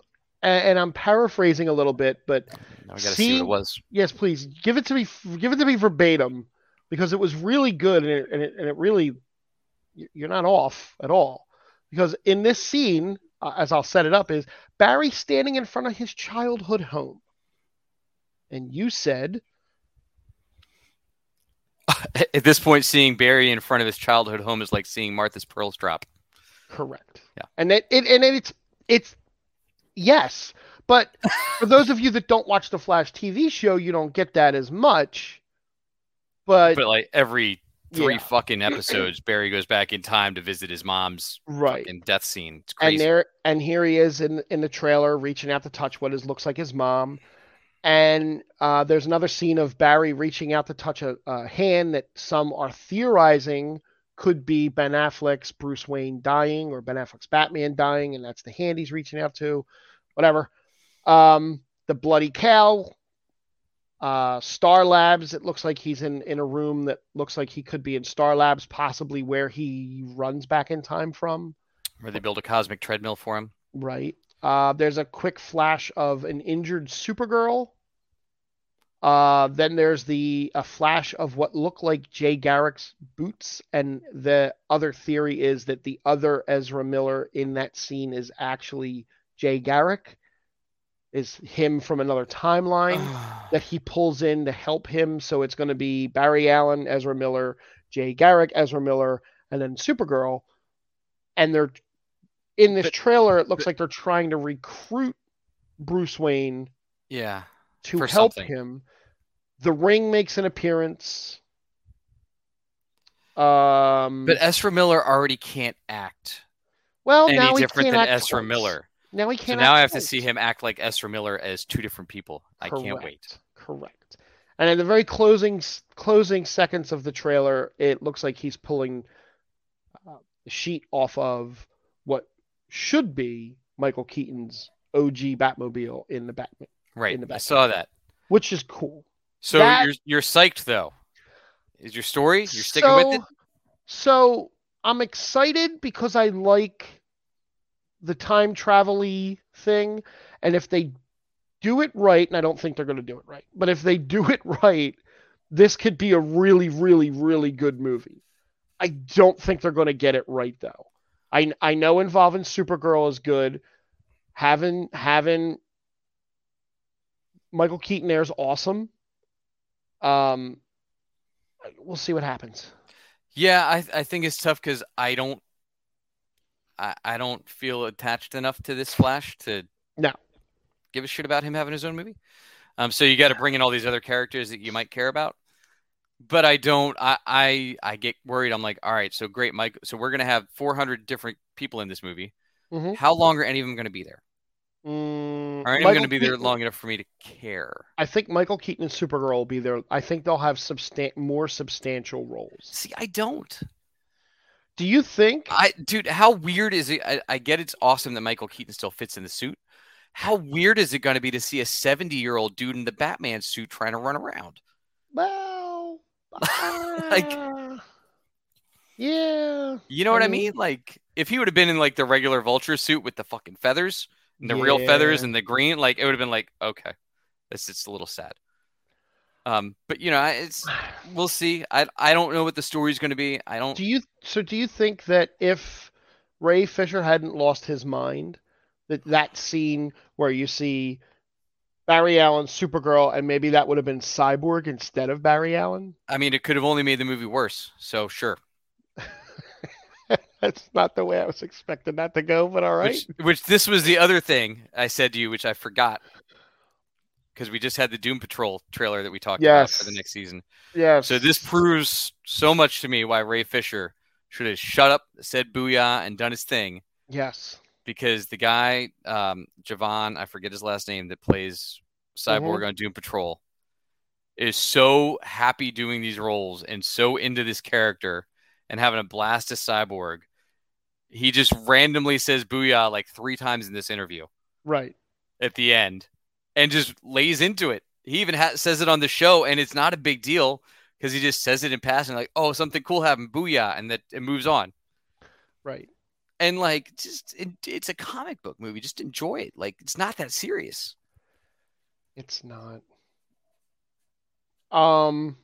a- and I'm paraphrasing a little bit, but
Now I gotta see what
See?
it was.
yes, please give it to me. Give it to me verbatim because it was really good and it, and it, and it really y- you're not off at all because in this scene, uh, as I'll set it up, is Barry standing in front of his childhood home, and you said,
At this point, seeing Barry in front of his childhood home is like seeing Martha's pearls drop.
Correct.
Yeah.
And that it and it's it's yes, but for those of you that don't watch the Flash TV show, you don't get that as much. But,
But like every three
yeah,
fucking episodes, Barry goes back in time to visit his mom's
right.
in death scene. It's
And
crazy.
there and here he is in in the trailer reaching out to touch what is looks like his mom. And uh, there's another scene of Barry reaching out to touch a, a hand that some are theorizing could be Ben Affleck's Bruce Wayne dying or Ben Affleck's Batman dying, and that's the hand he's reaching out to. whatever. Um, the bloody cow. Uh, Star Labs. It looks like he's in in a room that looks like he could be in Star Labs, possibly where he runs back in time from.
where they build a cosmic treadmill for him.
Right. Uh, there's a quick flash of an injured Supergirl. Uh, then there's the a flash of what look like Jay Garrick's boots, and the other theory is that the other Ezra Miller in that scene is actually Jay Garrick, is him from another timeline that he pulls in to help him. So it's going to be Barry Allen, Ezra Miller, Jay Garrick, Ezra Miller, and then Supergirl. And they're in this
But-
trailer. It looks
but-
like they're trying to recruit Bruce Wayne
yeah.
to
For
help
something.
him. The ring makes an appearance. Um,
But Ezra Miller already can't act
well, now
any
he
different
can't
than
act
Ezra
twice.
Miller.
Now he
So
can't.
now
act
I have to
twice.
see him act like Ezra Miller as two different people. I can't wait.
Correct. Correct. And in the very closing closing seconds of the trailer, it looks like he's pulling uh, the sheet off of what should be Michael Keaton's OG Batmobile in the Batman,
Right.
in the
I
back.
saw that.
which is cool.
So
That-
you're you're psyched though. Is your story? You're sticking with it?
So I'm excited because I like the time travel y thing. And if they do it right, and I don't think they're going to do it right, but if they do it right, this could be a really, really, really good movie. I don't think they're going to get it right, though. I, I know involving Supergirl is good. Having having Michael Keaton there is awesome. Um, we'll see what happens.
Yeah, I I think it's tough because I don't I, I don't feel attached enough to this Flash to
No.
give a shit about him having his own movie. Um, so you got to bring in all these other characters that you might care about. But I don't. I I I get worried. I'm like, all right, so great, Mike. So we're gonna have 400 different people in this movie.
Mhm.
How long are any of them gonna be there?
Mm,
Are any of them
Michael
gonna be there
Keaton-
long enough for me to care?
I think Michael Keaton and Supergirl will be there. I think they'll have substan- more substantial roles.
See, I don't.
Do you think?
I dude, how weird is it? I, I get it's awesome that Michael Keaton still fits in the suit. How weird is it going to be to see a 70 year old dude in the Batman suit trying to run around?
well,
Like-
uh, yeah,
You know what I
Mhm.
mean? Like, if he would have been in like the regular vulture suit with the fucking feathers and the real feathers
Yeah.
and the green, like, it would have been like, okay, this is a little sad. Um, but you know, I- it's we'll see. I I don't know what the story's going to be. I don't.
Do you so? Do you think that if Ray Fisher hadn't lost his mind, that that scene where you see Barry Allen, Supergirl, and maybe that would have been Cyborg instead of Barry Allen?
I mean, it could have only made the movie worse. So sure.
That's not the way I was expecting that to go, but all right.
Which, which this was the other thing I said to you, which I forgot because we just had the Doom Patrol trailer that we talked about for the
Yes.
next season.
yeah.
So this proves so much to me why Ray Fisher should have shut up, said booyah, and done his thing
Yes.
because the guy um, Javon, I forget his last name, that plays Cyborg on Doom Patrol, is so happy doing these roles and so into this character and having a blast as Cyborg. He just randomly says "booyah" like three times in this interview
Right.
at the end, and just lays into it. He even ha- says it on the show, and it's not a big deal because he just says it in passing, like "oh, something cool happened, booyah," and that it moves on
Right.
and like just it, it's a comic book movie just enjoy it like it's not that serious
It's not. Um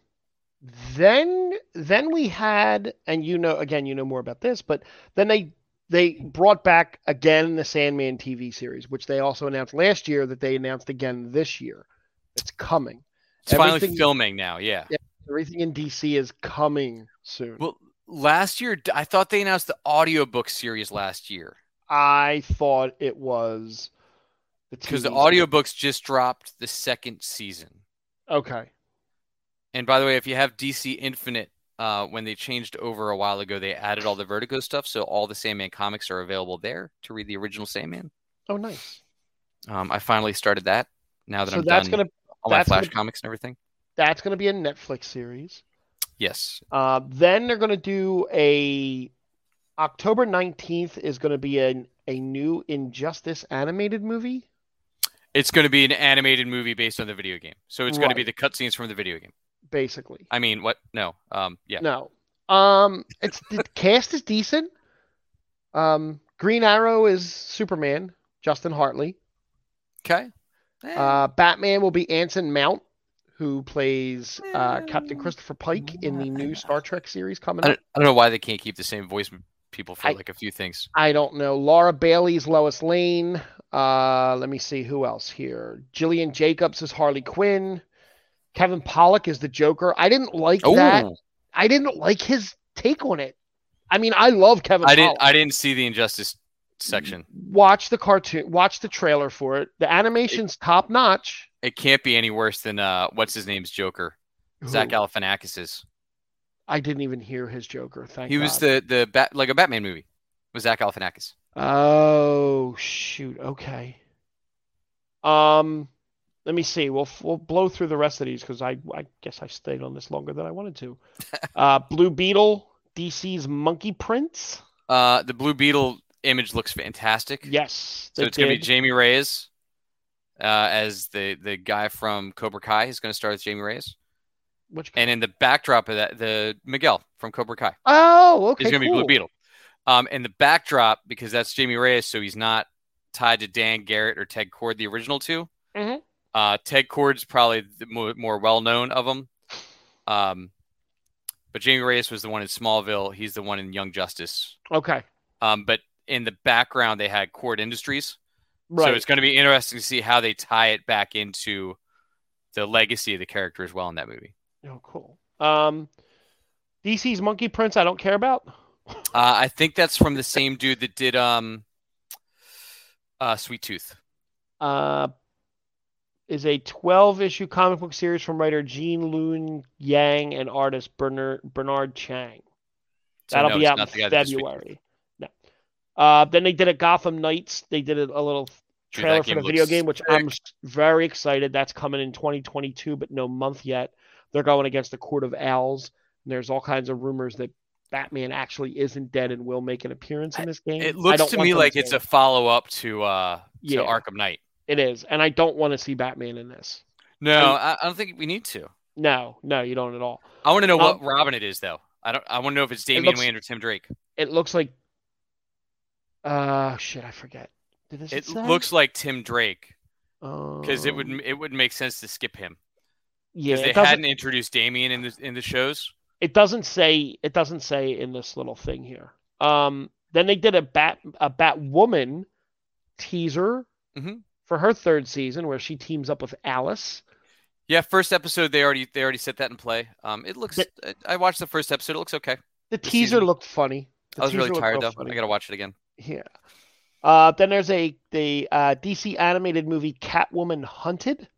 then then we had and you know again you know more about this, but then they they brought back again the Sandman TV series, which they also announced last year that they announced again this year. It's coming.
it's finally
Everything-
filming now yeah
Everything in DC is coming soon.
well last year d- i thought they announced the audiobook series last year
I thought it was the
because the
TV series.
audiobooks just dropped the second season
Okay.
and by the way if you have dc infinite uh, when they changed over a while ago they added all the vertigo stuff so all the sandman comics are available there to read the original sandman
Oh nice.
um, i finally started that now that
So
i'm
that's
done
gonna
all my
that's
flash
gonna-
comics and everything
that's gonna be a Netflix series.
yes
Uh, then they're going to do a October 19th is going to be an, a new Injustice animated movie.
it's going to be an animated movie based on the video game. So it's going to be
Right.
the cutscenes from the video game.
Basically.
I mean, what? No. Um. Yeah.
No. Um, it's the cast is decent. Um, Green Arrow is Superman, Justin Hartley.
Okay. Eh,
Uh, Batman will be Anson Mount, who plays uh, Captain Christopher Pike in the new Star Trek series coming
I,
up.
don't, I don't know why they can't keep the same voice people for
I-
like a few things.
I don't know. Laura Bailey's Lois Lane. Uh, let me see who else here. Jillian Jacobs is Harley Quinn. Kevin Pollock is the Joker. I didn't like that.
Oh,
I didn't like his take on it. I mean, I love Kevin
I
Pollak.
didn't. I didn't see the injustice section.
Watch the cartoon. Watch the trailer for it. The animation's top notch.
It can't be any worse than uh, what's his name's Joker, Zach
Who?
Galifianakis's.
I didn't even hear his Joker. Thank
he was
God.
the the bat like a Batman movie with Zach Galifianakis.
Oh shoot. Okay. Um, let me see. We'll we'll blow through the rest of these because I I guess I stayed on this longer than I wanted to. Uh, Blue Beetle, DC's Monkey Prince.
Uh, the Blue Beetle image looks fantastic.
Yes,
So
they
it's going to be
did.
Jamie Reyes uh, as the the guy from Cobra Kai. He's going to start with Jamie Reyes,
Which
and in the backdrop of that, the Miguel from Cobra Kai
oh okay
is going to be
cool.
Blue Beetle. Um, and the backdrop because that's Jamie Reyes, so he's not tied to Dan Garrett or Ted Cord, the original 2
Mhm.
Uh, Ted Cord's probably the more, more well known of them. Um, but Jamie Reyes was the one in Smallville. He's the one in Young Justice.
Okay,
Um, but in the background, they had Cord Industries.
right.
So it's going to be interesting to see how they tie it back into the legacy of the character as well in that movie.
Oh, cool. Um, DC's Monkey Prince, I don't care about.
Uh, I think that's from the same dude that did um, uh, Sweet Tooth.
Uh, is a 12 issue comic book series from writer Gene Loon Yang and artist Bernard Bernard Chang.
So
That'll
no,
be
it's
out in
not the guy that did Sweet Tooth.
February. No. Uh, then they did a Gotham Knights. They did a, a little
Dude, that
trailer for
game
the video
looks
game, which I'm s- very excited. That's coming in 2022, but no month yet. They're going against the Court of Owls. And there's all kinds of rumors that Batman actually isn't dead and will make an appearance in this game.
It
I
looks
don't
to
want
me
them
like it's
to.
a follow up to uh
Yeah.
to Arkham Knight.
It is, and I don't want to see Batman in this.
No, I, I don't think we need to.
No, no, you don't at all.
I want to know what
Um,
Robin it is though. I don't. I want to know if it's Damian
looks-
Wayne or Tim Drake.
It looks like, uh, shit, I forget. Did this
It looks like Tim Drake because it would
Um,
it would make sense to skip him
yeah,
because
it
they
doesn't,
hadn't introduced Damian in the in the shows.
it doesn't say it doesn't say in this little thing here. Um, then they did a bat a Batwoman teaser
Mhm.
for her third season where she teams up with Alice.
Yeah, first episode they already they already set that in play. Um, it looks.
But-
I watched the first episode. It looks okay. The
The teaser
season-
looked funny. The
I was
teaser
really
looked
tired
real
though.
funny.
I gotta watch it again.
Yeah. Uh, then there's a the uh, DC animated movie Catwoman Hunted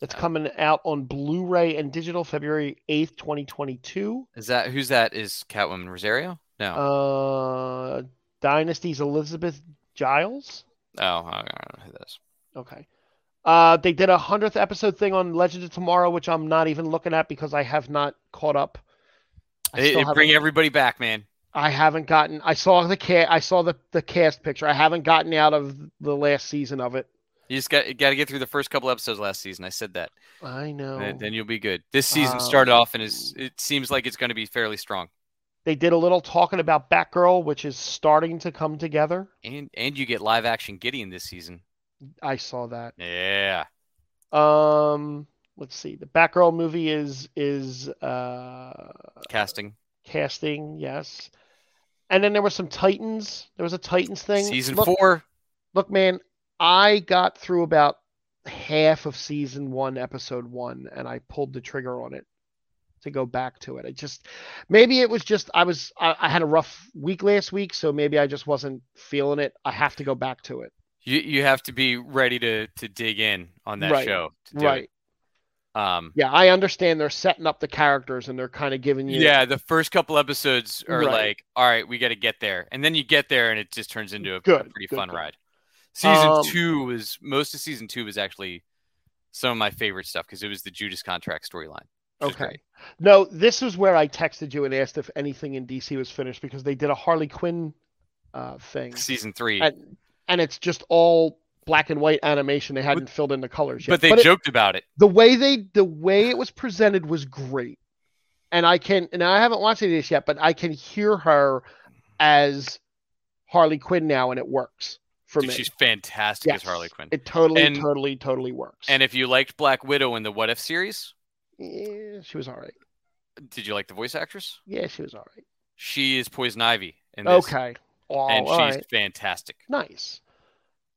that's
Yeah.
coming out on Blu-ray and digital February 8th, 2022.
Is that who's that? Is Catwoman Rosario? No.
Uh, Dynasty's Elizabeth Giles.
oh, I don't know who that is.
Okay. Uh, they did a 100th episode thing on Legend of Tomorrow, which I'm not even looking at because I have not caught up. I
They-
still
they bring
haven't-
everybody back, man.
I haven't gotten. I saw the ca- I saw the, the cast picture. I haven't gotten out of the last season of it.
You just got got to get through the first couple episodes last season. I said that.
I know.
Then, then you'll be good. This season started
Um,
off and is it seems like it's going to be fairly strong.
They did a little talking about Batgirl, which is starting to come together.
And and you get live action Gideon this season.
I saw that.
Yeah.
Um, let's see. The Batgirl movie is is uh
Casting
casting, yes. And then there was some Titans. There was a Titans thing.
season
Look-
4.
Look, man, I got through about half of season one, episode one, and I pulled the trigger on it to go back to it. I just maybe it was just I was I, I had a rough week last week, so maybe I just wasn't feeling it. I have to go back to it.
You you have to be ready to to dig in on that
Right,
show. To do
Right.
It. Um
Yeah, I understand they're setting up the characters and they're kind of giving you
yeah, the first couple episodes are
Right.
like, all right, we got to get there, and then you get there, and it just turns into a, a
Good,
pretty
good,
fun
good.
ride. Season
Um,
two was most of season two was actually some of my favorite stuff because it was the Judas contract storyline. which was
Okay.
great.
No, this is where I texted you and asked if anything in DC was finished because they did a Harley Quinn uh, thing,
season three.
and and it's just all black and white animation. They hadn't filled in the colors yet.
but they
it-
joked about it.
the way they the way it was presented was great, and I can and I haven't watched any of this yet, but I can hear her as Harley Quinn now, and it works for
Dude,
me.
she's fantastic as Harley
Yes.
Quinn.
It totally,
And-
totally, totally works.
and if you liked Black Widow in the What If series,
yeah, she was all right.
did you like the voice actress?
Yeah, she was all right.
She is Poison Ivy in this,
Okay. Oh,
and
all
she's
right.
fantastic.
Nice.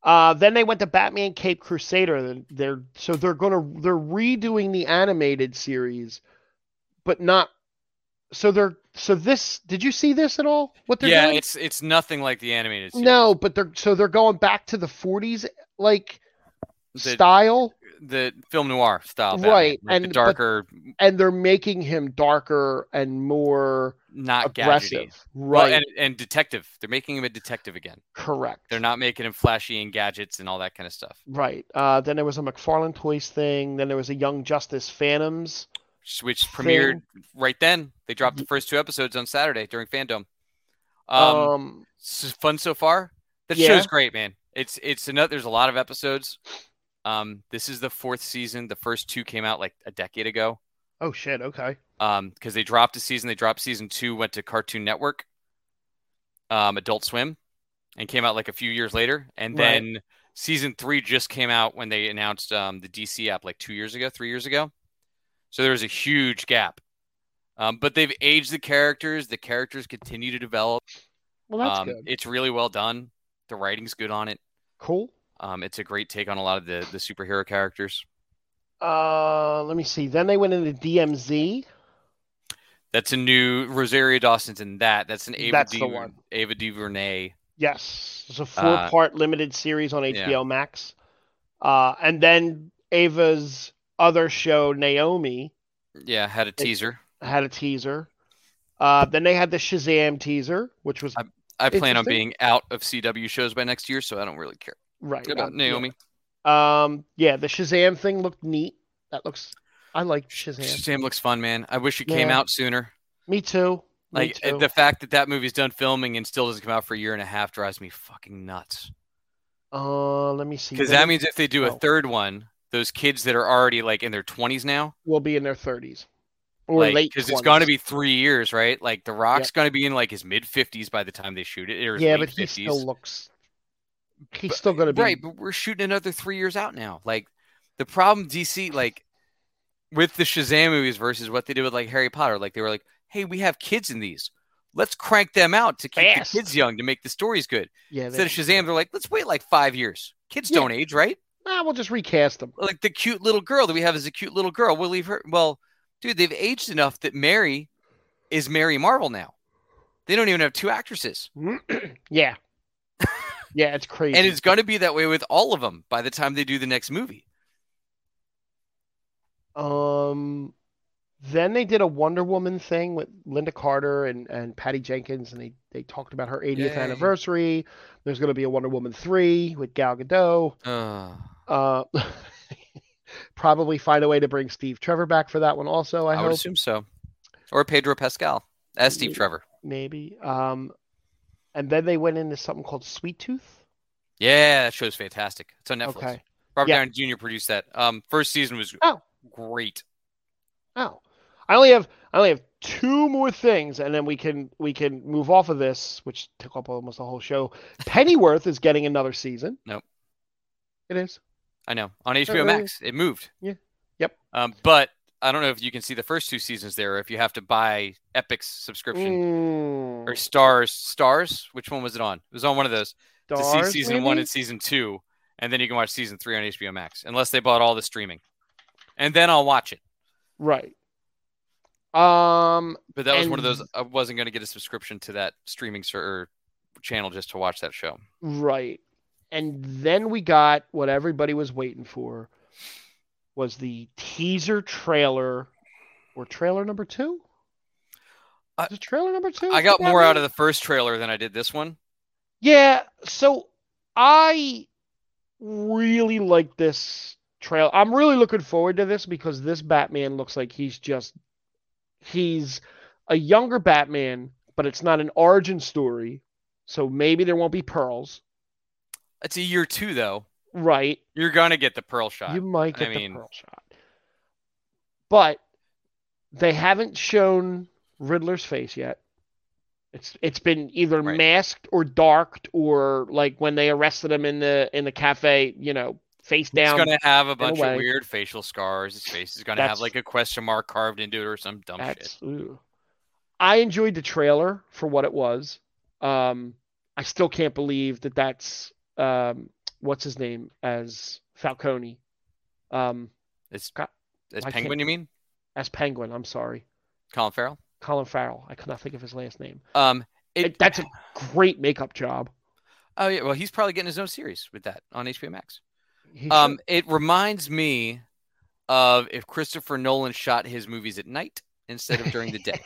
Uh, then they went to Batman Cape Crusader. then They're so they're gonna they're redoing the animated series, but not. So they're so this. Did you see this at all? What they're
Yeah,
doing?
it's it's nothing like the animated. Series.
no, but they're so they're going back to the 40s, like
The-
style,
the film noir style, Batman,
Right,
like the
and- but-
darker,
and they're making him darker and more
not
aggressive.
gadgety. Well,
Right.
and, and detective. They're making him a detective again.
Correct.
They're not making him flashy and gadgets and all that kind of stuff.
Right. Uh, then there was a McFarlane Toys thing. Then there was a Young Justice Phantoms.
which- which premiered right then. They dropped the first two episodes on Saturday during Fandom. Um,
um
s- fun so far. That
yeah.
show's great, man. It's it's another. There's a lot of episodes. Um, this is the fourth season. The first two came out like a decade ago.
Oh shit. Okay.
Um, because they dropped a season. They dropped season two. Went to Cartoon Network. Um, Adult Swim, and came out like a few years later. And
Right.
then season three just came out when they announced um the DC app like two years ago, three years ago. So there was a huge gap. Um, but they've aged the characters. The characters continue to develop.
Well, that's
um,
good.
It's really well done. The writing's good on it.
Cool.
Um, it's a great take on a lot of the the superhero characters.
Uh, let me see. Then they went into DMZ.
That's a new Rosaria Dawson's in that. That's an Ava
That's
D.
the one.
Ava DuVernay.
Yes, it's a
Uh,
four-part limited series on
yeah.
HBO Max. Uh, and then Ava's other show, Naomi,
Yeah, had a teaser.
had a teaser. Uh, then they had the Shazam teaser, which was
I plan on
interesting.
being out of CW shows by next year, so I don't really care
right.
about
uh,
Naomi.
yeah. Um, yeah, the Shazam thing looked neat. That looks. I like Shazam.
Shazam looks fun, man. I wish it came
Yeah.
out sooner.
Me too. Me
Like
too.
the fact that that movie's done filming and still doesn't come out for a year and a half drives me fucking nuts.
Uh, let me see.
Because
Then
that
it
means if they do a
Oh.
third one, those kids that are already like in their twenties now,
will be in their 30s or
like
late.
because it's going to be
20s.
three years, right? Like The Rock's going to be in like his mid fifties by the time they shoot it. Or his
Yeah,
late
but he
50s.
still looks. He's still going to be
right. But we're shooting another three years out now. Like the problem DC like with the Shazam movies versus what they did with like Harry Potter, like they were like, hey, we have kids in these. Let's crank them out to keep
Fast.
the kids young to make the stories good.
Yeah,
Instead
they,
of Shazam, they're like, let's wait like five years. Kids
Yeah.
don't age, right?
nah, we'll just recast them.
like the cute little girl that we have is a cute little girl. We'll leave her. Well, dude, they've aged enough that Mary is Mary Marvel now. They don't even have two actresses,
Yeah, yeah, it's crazy.
and it's going to be that way with all of them by the time they do the next movie.
um, then they did a Wonder Woman thing with Linda Carter and and Patty Jenkins, and they they talked about her 80th
Yay.
anniversary. There's going to be a Wonder Woman three with Gal Gadot.
Uh,
Uh, probably find a way to bring Steve Trevor back for that one. Also, I,
I, would
hope
assume so, or Pedro Pascal as Steve Trevor.
maybe. Um, and then they went into something called Sweet Tooth.
Yeah, that show's fantastic. It's on Netflix.
Okay.
Robert
Yeah.
Downey Jr. produced that. Um, first season was
Oh.
great.
Oh, I only have I only have two more things, and then we can we can move off of this, which took up almost the whole show. Pennyworth is getting another season.
Nope.
It is.
I know on HBO
really?
Max it moved.
Yeah. Yep.
Um, but I don't know if you can see the first two seasons there, or if you have to buy Epic's subscription
Mm,
or Stars. Stars, which one was it on? It was on one of those to see
Stars,
season one
maybe?
and season two, and then you can watch season three on HBO Max, unless they bought all the streaming, and then I'll watch it.
right. Um,
But that was one of
And-
those I wasn't going to get a subscription to that streaming ser- or channel just to watch that show.
right. And then we got what everybody was waiting for was the teaser trailer or trailer number two?
I-
Is it trailer number two?
Uh, I
for
got more
Batman?
out of the first trailer than I did this one.
Yeah, so I really like this trail. I'm really looking forward to this because this Batman looks like he's just he's a younger Batman, but it's not an origin story. So maybe there won't be pearls,
It's a year two though.
right?
You're gonna get the pearl shot.
You might
I
get the
mean-
pearl shot. But they haven't shown Riddler's face yet. It's it's been either
Right.
masked or darked or like when they arrested him in the in the cafe, you know, face
It's
down.
gonna have a bunch
way.
of weird facial scars. His face is gonna have
That's-
like a question mark carved into it or some dumb shit.
That's ooh. I enjoyed the trailer for what it was. Um I still can't believe that that's um what's his name as Falcone. Um
It's
God,
it's
why can't
penguin. You
we-
mean
as Penguin, I'm sorry.
Colin Farrell?
Colin Farrell. I could not think of his last name.
Um, it,
It- that's a great makeup job.
oh yeah. Well, he's probably getting his own series with that on HBO Max.
He
Um,
should.
it reminds me of if Christopher Nolan shot his movies at night instead of during the day.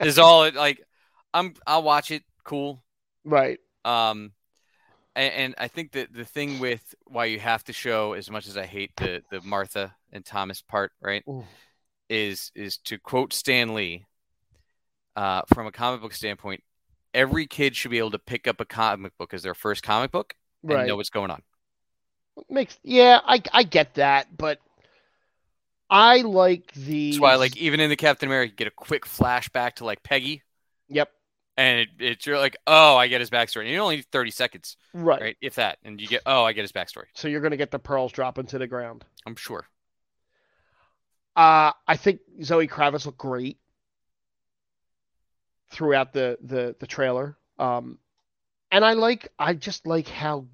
is all it like? I'm I'll watch it. Cool.
right.
Um, and, and I think that the thing with why you have to show, as much as I hate the the Martha and Thomas part, right,
Ooh.
is is to quote Stan Lee. Uh, from a comic book standpoint, every kid should be able to pick up a comic book as their first comic book and
Right.
know what's going on.
Makes yeah, I I get that, but I like the
That's why, like, even in the Captain America, you get a quick flashback to like Peggy,
Yep.
and it, it's you're like, oh, I get his backstory. And you only need thirty seconds,
Right.
right, if that, and you get, oh, I get his backstory.
So you're gonna get the pearls dropping to the ground.
I'm sure.
Uh I think Zoe Kravitz looked great throughout the the the trailer. Um and I like I just like how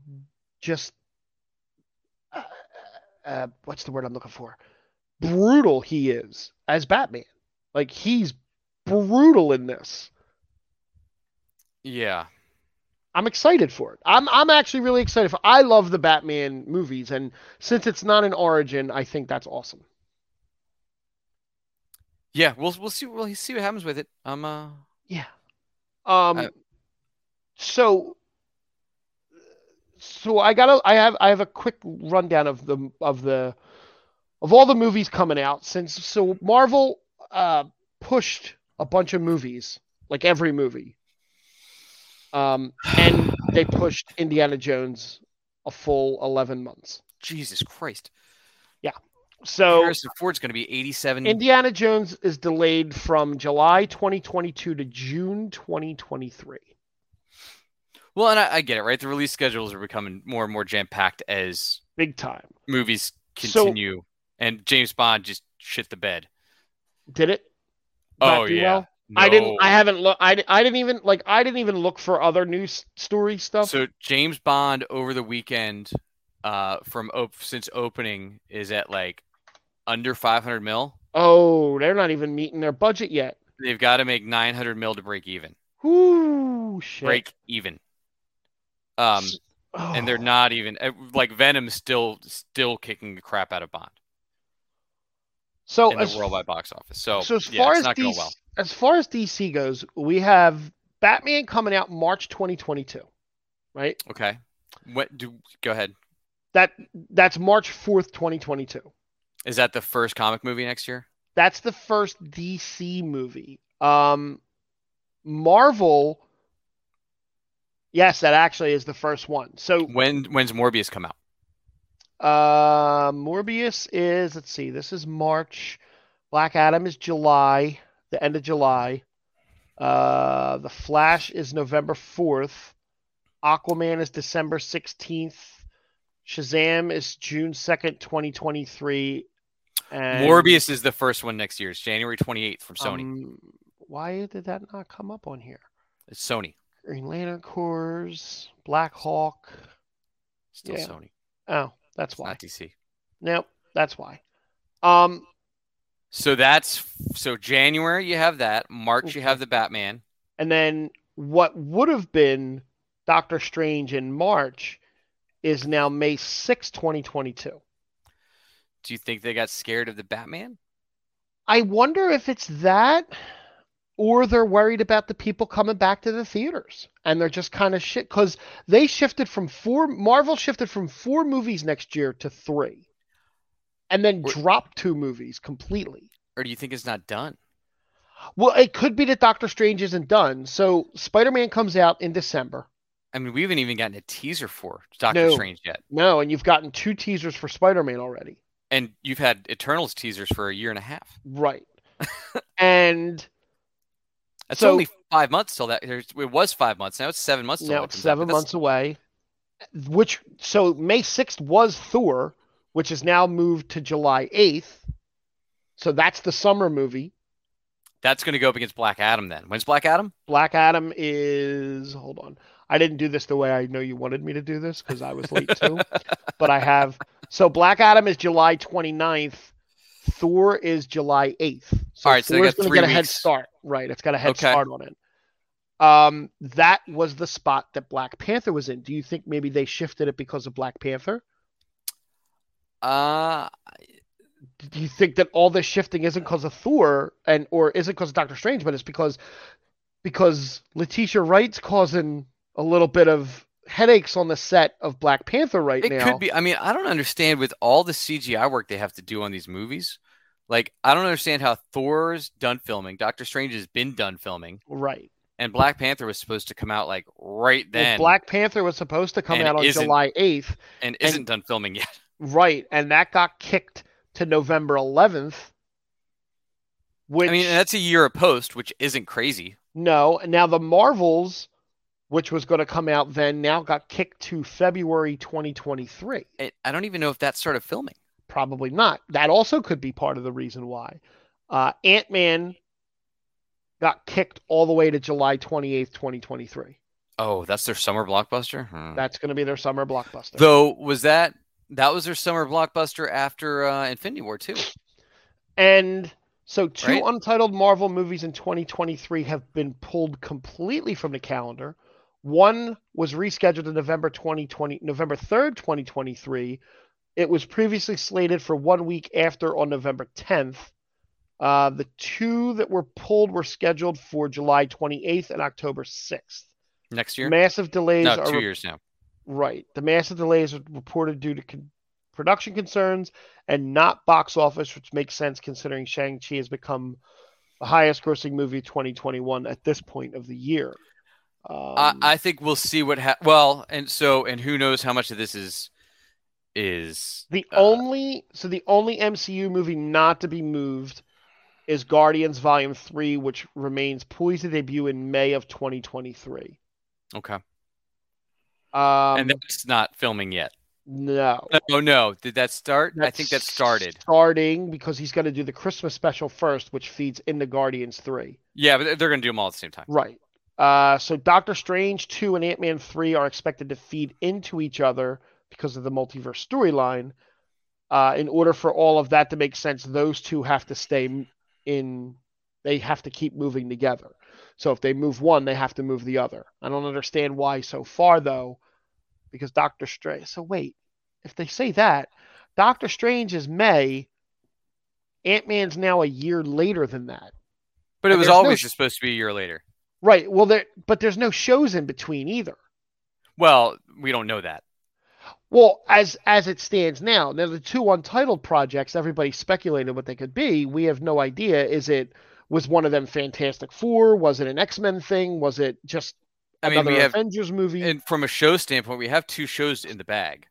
just uh, uh what's the word I'm looking for? Brutal he is as Batman. Like he's brutal in this.
Yeah.
I'm excited for it. I'm I'm actually really excited for. I love the Batman movies, and since it's not an origin, I think that's awesome.
Yeah, we'll we'll see we'll see what happens with it. Um, uh,
Yeah. Um.
I-
so. So I gotta. I have. I have a quick rundown of the of the of all the movies coming out since. So Marvel uh, pushed a bunch of movies, like every movie. Um, and they pushed Indiana Jones a full eleven months.
Jesus Christ,
So
Harrison Ford's going to be 87.
Indiana Jones is delayed from July 2022 to June 2023.
well, and I, I get it, right? The release schedules are becoming more and more jam packed as
Big time.
movies
So-
continue, and James Bond just shit the bed.
Did it?
Oh
Not do
yeah,
well? I didn't. I
No.
haven't looked. I, di- I didn't even like. I didn't even look for other news story stuff.
So James Bond over the weekend, uh, from op- since opening is at like under 500 mil.
oh, they're not even meeting their budget yet.
They've got to make 900 mil to break even.
Whoo, shit.
Break even. Um,
S-
and they're
Oh.
not even eh, like Venom's still still kicking the crap out of Bond
So
in the
Oh, as
worldwide box office. So,
So as
yeah,
far
it's
as
not going
DC,
well.
as far as DC goes, we have Batman coming out March 2022, right?
Okay. What do go ahead?
That that's March 4th, 2022.
Is that the first comic movie next year?
That's the first DC movie. Um, Marvel. Yes, that actually is the first one. So,
When when's Morbius come out?
uh, Morbius is, let's see, this is March. Black Adam is July, the end of July. Uh, The Flash is November 4th. Aquaman is December 16th. Shazam is June 2nd, 2023. And
Morbius is the first one next year. It's January 28th from Sony.
um, why did that not come up on here?
it's Sony.
Green Lantern Corps, Black Hawk.
Still
yeah.
Sony.
Oh, that's
It's
why.
not DC.
Nope, that's why. Um,
So that's so January you have that. March you have the Batman.
and then what would have been Doctor Strange in March is now May 6, 2022.
Do you think they got scared of the Batman?
I wonder if it's that or they're worried about the people coming back to the theaters and they're just kind of shit because they shifted from four Marvel shifted from four movies next year to three and then
Wh-
dropped two movies completely.
Or do you think it's not done?
Well, it could be that Doctor Strange isn't done. So Spider-Man comes out in December.
I mean, we haven't even gotten a teaser for Doctor
No.
Strange yet.
No, and you've gotten two teasers for Spider-Man already.
And you've had Eternals teasers for a year and a half.
Right. and
That's
So-
only five months till that. there's- It was five months. Now it's seven months. till
now
that
it's
comes out,
seven
but
months
that's-
away. Which so May 6th was Thor, which is now moved to July 8th. So that's the summer movie.
That's going to go up against Black Adam then. When's Black Adam?
Black Adam is hold on. I didn't do this the way I know you wanted me to do this because I was late too. but I have so Black Adam is July 29th. Thor is July 8th. So
All right, so they
Thor's
got
gonna
three
get a head
weeks.
start. Right. It's got a head
Okay.
start on it. Um, that was the spot that Black Panther was in. Do you think maybe they shifted it because of Black Panther?
Uh,
do you think that all this shifting isn't because of Thor and or isn't because of Doctor Strange, but it's because because Letitia Wright's causing a little bit of headaches on the set of Black Panther right
it
now.
could be. I mean, I don't understand with all the CGI work they have to do on these movies. Like, I don't understand how Thor's done filming, Doctor Strange has been done filming,
Right.
and Black Panther was supposed to come out like right
Well,
then,
Black Panther was supposed to come
and
out on
isn't.
July 8th,
and isn't done filming yet.
right, and that got kicked to November 11th. Which
I mean, and that's a year of post, which isn't crazy.
No, and now the Marvels, which was going to come out then, now got kicked to February 2023.
I- I don't even know if that started filming.
Probably not. That also could be part of the reason why. Uh, Ant Man got kicked all the way to July 28th, 2023.
Oh, that's their summer blockbuster. Hmm.
That's going to be their summer blockbuster.
Though was that that was their summer blockbuster after uh, Infinity War too?
and so, two
Right?
untitled Marvel movies in 2023 have been pulled completely from the calendar. One was rescheduled to November 2020, November 3rd, 2023. It was previously slated for one week after on November 10th. Uh, the two that were pulled were scheduled for July 28th and October 6th.
Next year?
Massive delays
No,
are
two
re-
years now.
Right. The massive delays are reported due to con- production concerns and not box office, which makes sense considering Shang-Chi has become the highest grossing movie of 2021 at this point of the year.
I,
Um,
I think we'll see what hap well, and so and who knows how much of this is is
the
uh,
only so the only MCU movie not to be moved is Guardians Volume 3, which remains poised to debut in May of 2023.
okay,
Um,
and that's not filming yet.
no.
Oh no, did that start? I think that
That's
started.
Starting because he's going to do the Christmas special first, which feeds into Guardians 3.
Yeah, but they're- they're gonna do them all at the same time.
Right. Uh, so Doctor Strange 2 and Ant Man 3 are expected to feed into each other because of the multiverse storyline. Uh, in order for all of that to make sense, those two have to stay m- in, they have to keep moving together. So if they move one, they have to move the other. I don't understand why so far, though, because Doctor Strange. So wait, if they say that, Doctor Strange is May, Ant Man's now a year later than that.
But it
And
was
there's no
always
sh-
just supposed to be a year later.
Right. Well, there, but there's no shows in between either.
Well, we don't know that.
Well, as as it stands now, now the two untitled projects, everybody speculated what they could be. We have no idea. Is it was one of them Fantastic Four? Was it an X Men thing? Was it just
I mean,
another
we have
Avengers movie?
and from a show standpoint, we have two shows in the bag.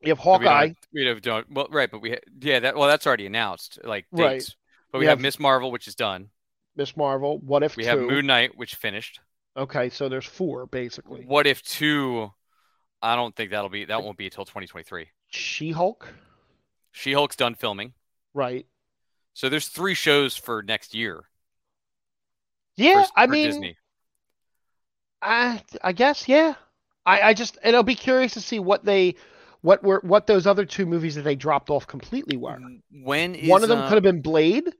you have
But we don't
Hawkeye.
have- We don't, don't well, right, but we ha- yeah, that well, that's already announced, like dates.
Right.
But
We
we have
have-
Miss Marvel, which is done.
Miss Marvel. What if
We
two?
have Moon Knight, which finished.
Okay, so there's four basically.
What if two? I don't think that'll be that won't be until 2023.
She Hulk.
She Hulk's done filming,
Right.
so there's three shows for next year.
Yeah.
for,
I
for
mean,
Disney.
I I guess yeah. I I just and I'll be curious to see what they what were what those other two movies that they dropped off completely were.
when is
One of them
uh,
could have been Blade.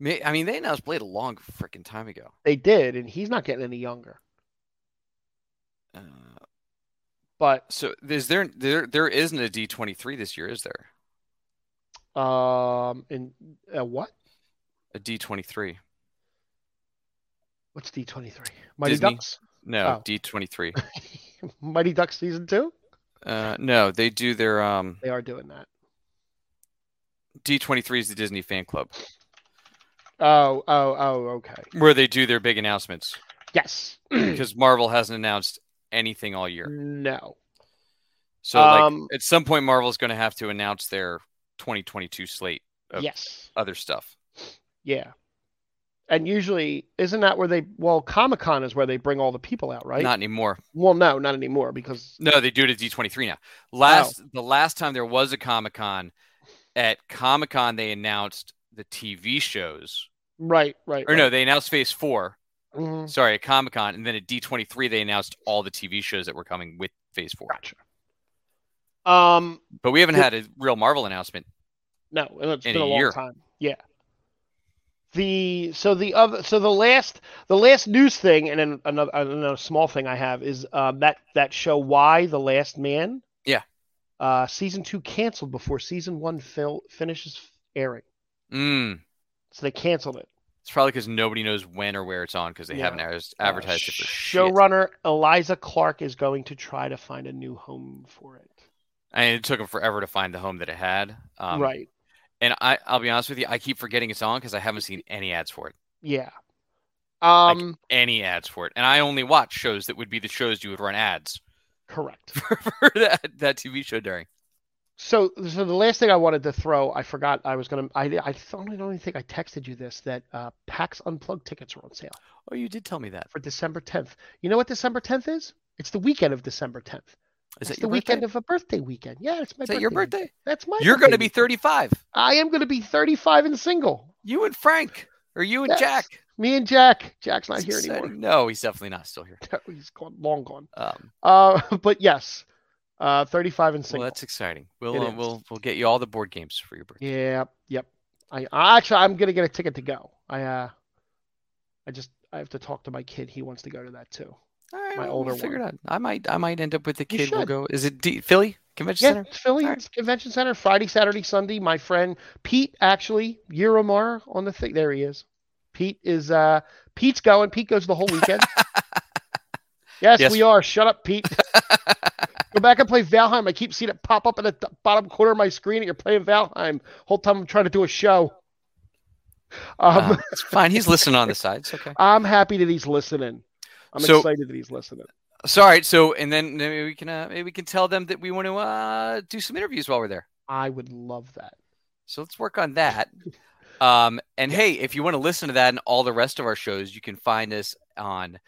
ma- I mean, they announced Blade a long freaking time ago.
They did, and he's not getting any younger.
Uh,
But
so is there there there isn't a D23 this year, is there?
um, in uh, what?
A D23?
What's D twenty three? Mighty
Disney.
Ducks.
No,
Oh.
D23.
Mighty Ducks season two.
Uh, no, they do their um
They are doing that.
D23 is the Disney fan club
Oh oh oh. Okay.
where they do their big announcements
Yes.
because Marvel hasn't announced anything all year.
no.
So like
Um,
at some point Marvel's going to have to announce their 2022 slate of
Yes.
other stuff.
Yeah. And usually, isn't that where they? Well, Comic Con is where they bring all the people out, right?
Not anymore.
Well, no, not anymore because
No, they do it at D23 now. Last
Oh.
the last time there was a Comic-Con at Comic-Con they announced the TV shows.
right, right.
Or no, they announced Phase 4.
right. Mhm.
Sorry, at Comic-Con and then at D23 they announced all the TV shows that were coming with Phase 4.
Gotcha. Um,
But we haven't
Yeah.
had a real Marvel announcement.
no, and it's
In
been
a
a long
year.
time. Yeah. the so the other so the last the last news thing and then another, another small thing I have is um, that that show Why the Last Man.
Yeah.
Uh, season two canceled before season one fil- finishes airing,
Mm.
so they canceled it.
It's probably because nobody knows when or where it's on because they
Yeah.
haven't ad-
Uh,
advertised it for shit.
showrunner Eliza Clark is going to try to find a new home for it.
And it took them forever to find the home that it had. Um,
right.
And I, I'll be honest with you, I keep forgetting it's on because I haven't seen any ads for it.
Yeah.
c-
Um.
Any ads for it. And I only watch shows that would be the shows you would run ads
correct.
for that, that TV show during.
So, so the last thing I wanted to throw, I forgot I was gonna. I I don't, I don't even think I texted you this that uh, PAX Unplugged tickets are on sale
Oh, you did tell me that.
for December 10th. You know what December 10th is? It's the weekend of December 10th.
Is
it's
that
the
your birthday?
weekend of a birthday weekend. Yeah, it's my
Is
birthday.
that your
weekend.
birthday?
That's my.
You're going to
birthday
be
weekend.
35.
I am going to be 35 and single.
You and Frank, or you and
Yes.
Jack.
Me and Jack. Jack's not
It's
here
exciting.
anymore.
No, he's definitely not still here.
He's gone, long gone.
Um,
Uh, but yes, uh, 35 and
well,
single.
that's exciting. We'll
It
uh,
is.
we'll we'll get you all the board games for your birthday.
Yeah, yep. I I- actually I'm gonna get a ticket to go. I uh I just I have to talk to my kid. He wants to go to that too.
All right,
My
well,
older
we'll figure it out. I might I might end up with the
You
kid. We'll
should.
go. Is it D- Philly Convention
Yeah,
Center?
it's Philly
All right.
it's Convention Center Friday, Saturday, Sunday. My friend Pete actually Euromar on the thing. There he is. Pete is uh Pete's going. Pete goes the whole weekend. yes,
Yes.
we are. Shut up, Pete. go back and play Valheim. I keep seeing it pop up in the th- bottom corner of my screen. And you're playing Valheim. Whole time I'm trying to do a show. Um,
Uh, it's fine. He's listening on the side. It's okay.
I'm happy that he's listening. I'm
So-
excited that he's listening.
So, all right. So, and then maybe we can uh, maybe we can tell them that we want to uh, do some interviews while we're there.
I would love that.
So let's work on that. Um, and hey, if you want to listen to that and all the rest of our shows, you can find us on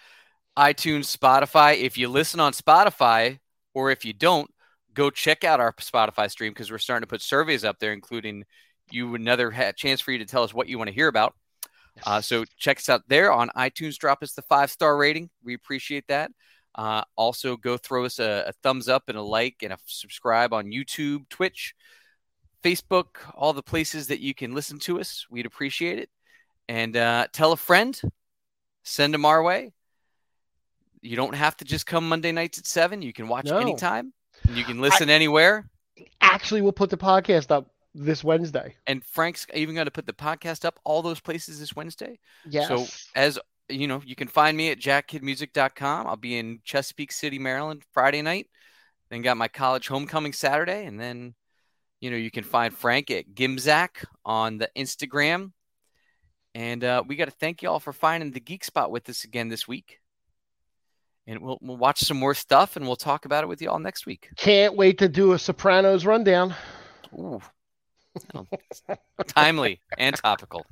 iTunes, Spotify. If you listen on Spotify, or if you don't, go check out our Spotify stream because we're starting to put surveys up there, including you another ha- chance for you to tell us what you want to hear about. Uh, so check us out there on iTunes. Drop us the five star rating. We appreciate that. Uh, also, go throw us a, a thumbs up and a like and a subscribe on YouTube, Twitch, Facebook, all the places that you can listen to us. We'd appreciate it. And uh, tell a friend, send them our way. You don't have to just come Monday nights at seven. You can watch
No.
anytime. and You can listen anywhere.
actually, we'll put the podcast up this Wednesday.
And Frank's even going to put the podcast up all those places this Wednesday.
Yes.
So as you know, you can find me at jackkidmusic.com. I'll be in Chesapeake City, Maryland Friday night. Then got my college homecoming Saturday. And then, you know, you can find Frank at Gimzak on the Instagram. And uh, we got to thank you all for finding the geek spot with us again this week. And we'll, we'll watch some more stuff and we'll talk about it with you all next week.
Can't wait to do a Sopranos rundown.
Ooh. Well, Timely and topical.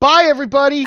Bye, everybody.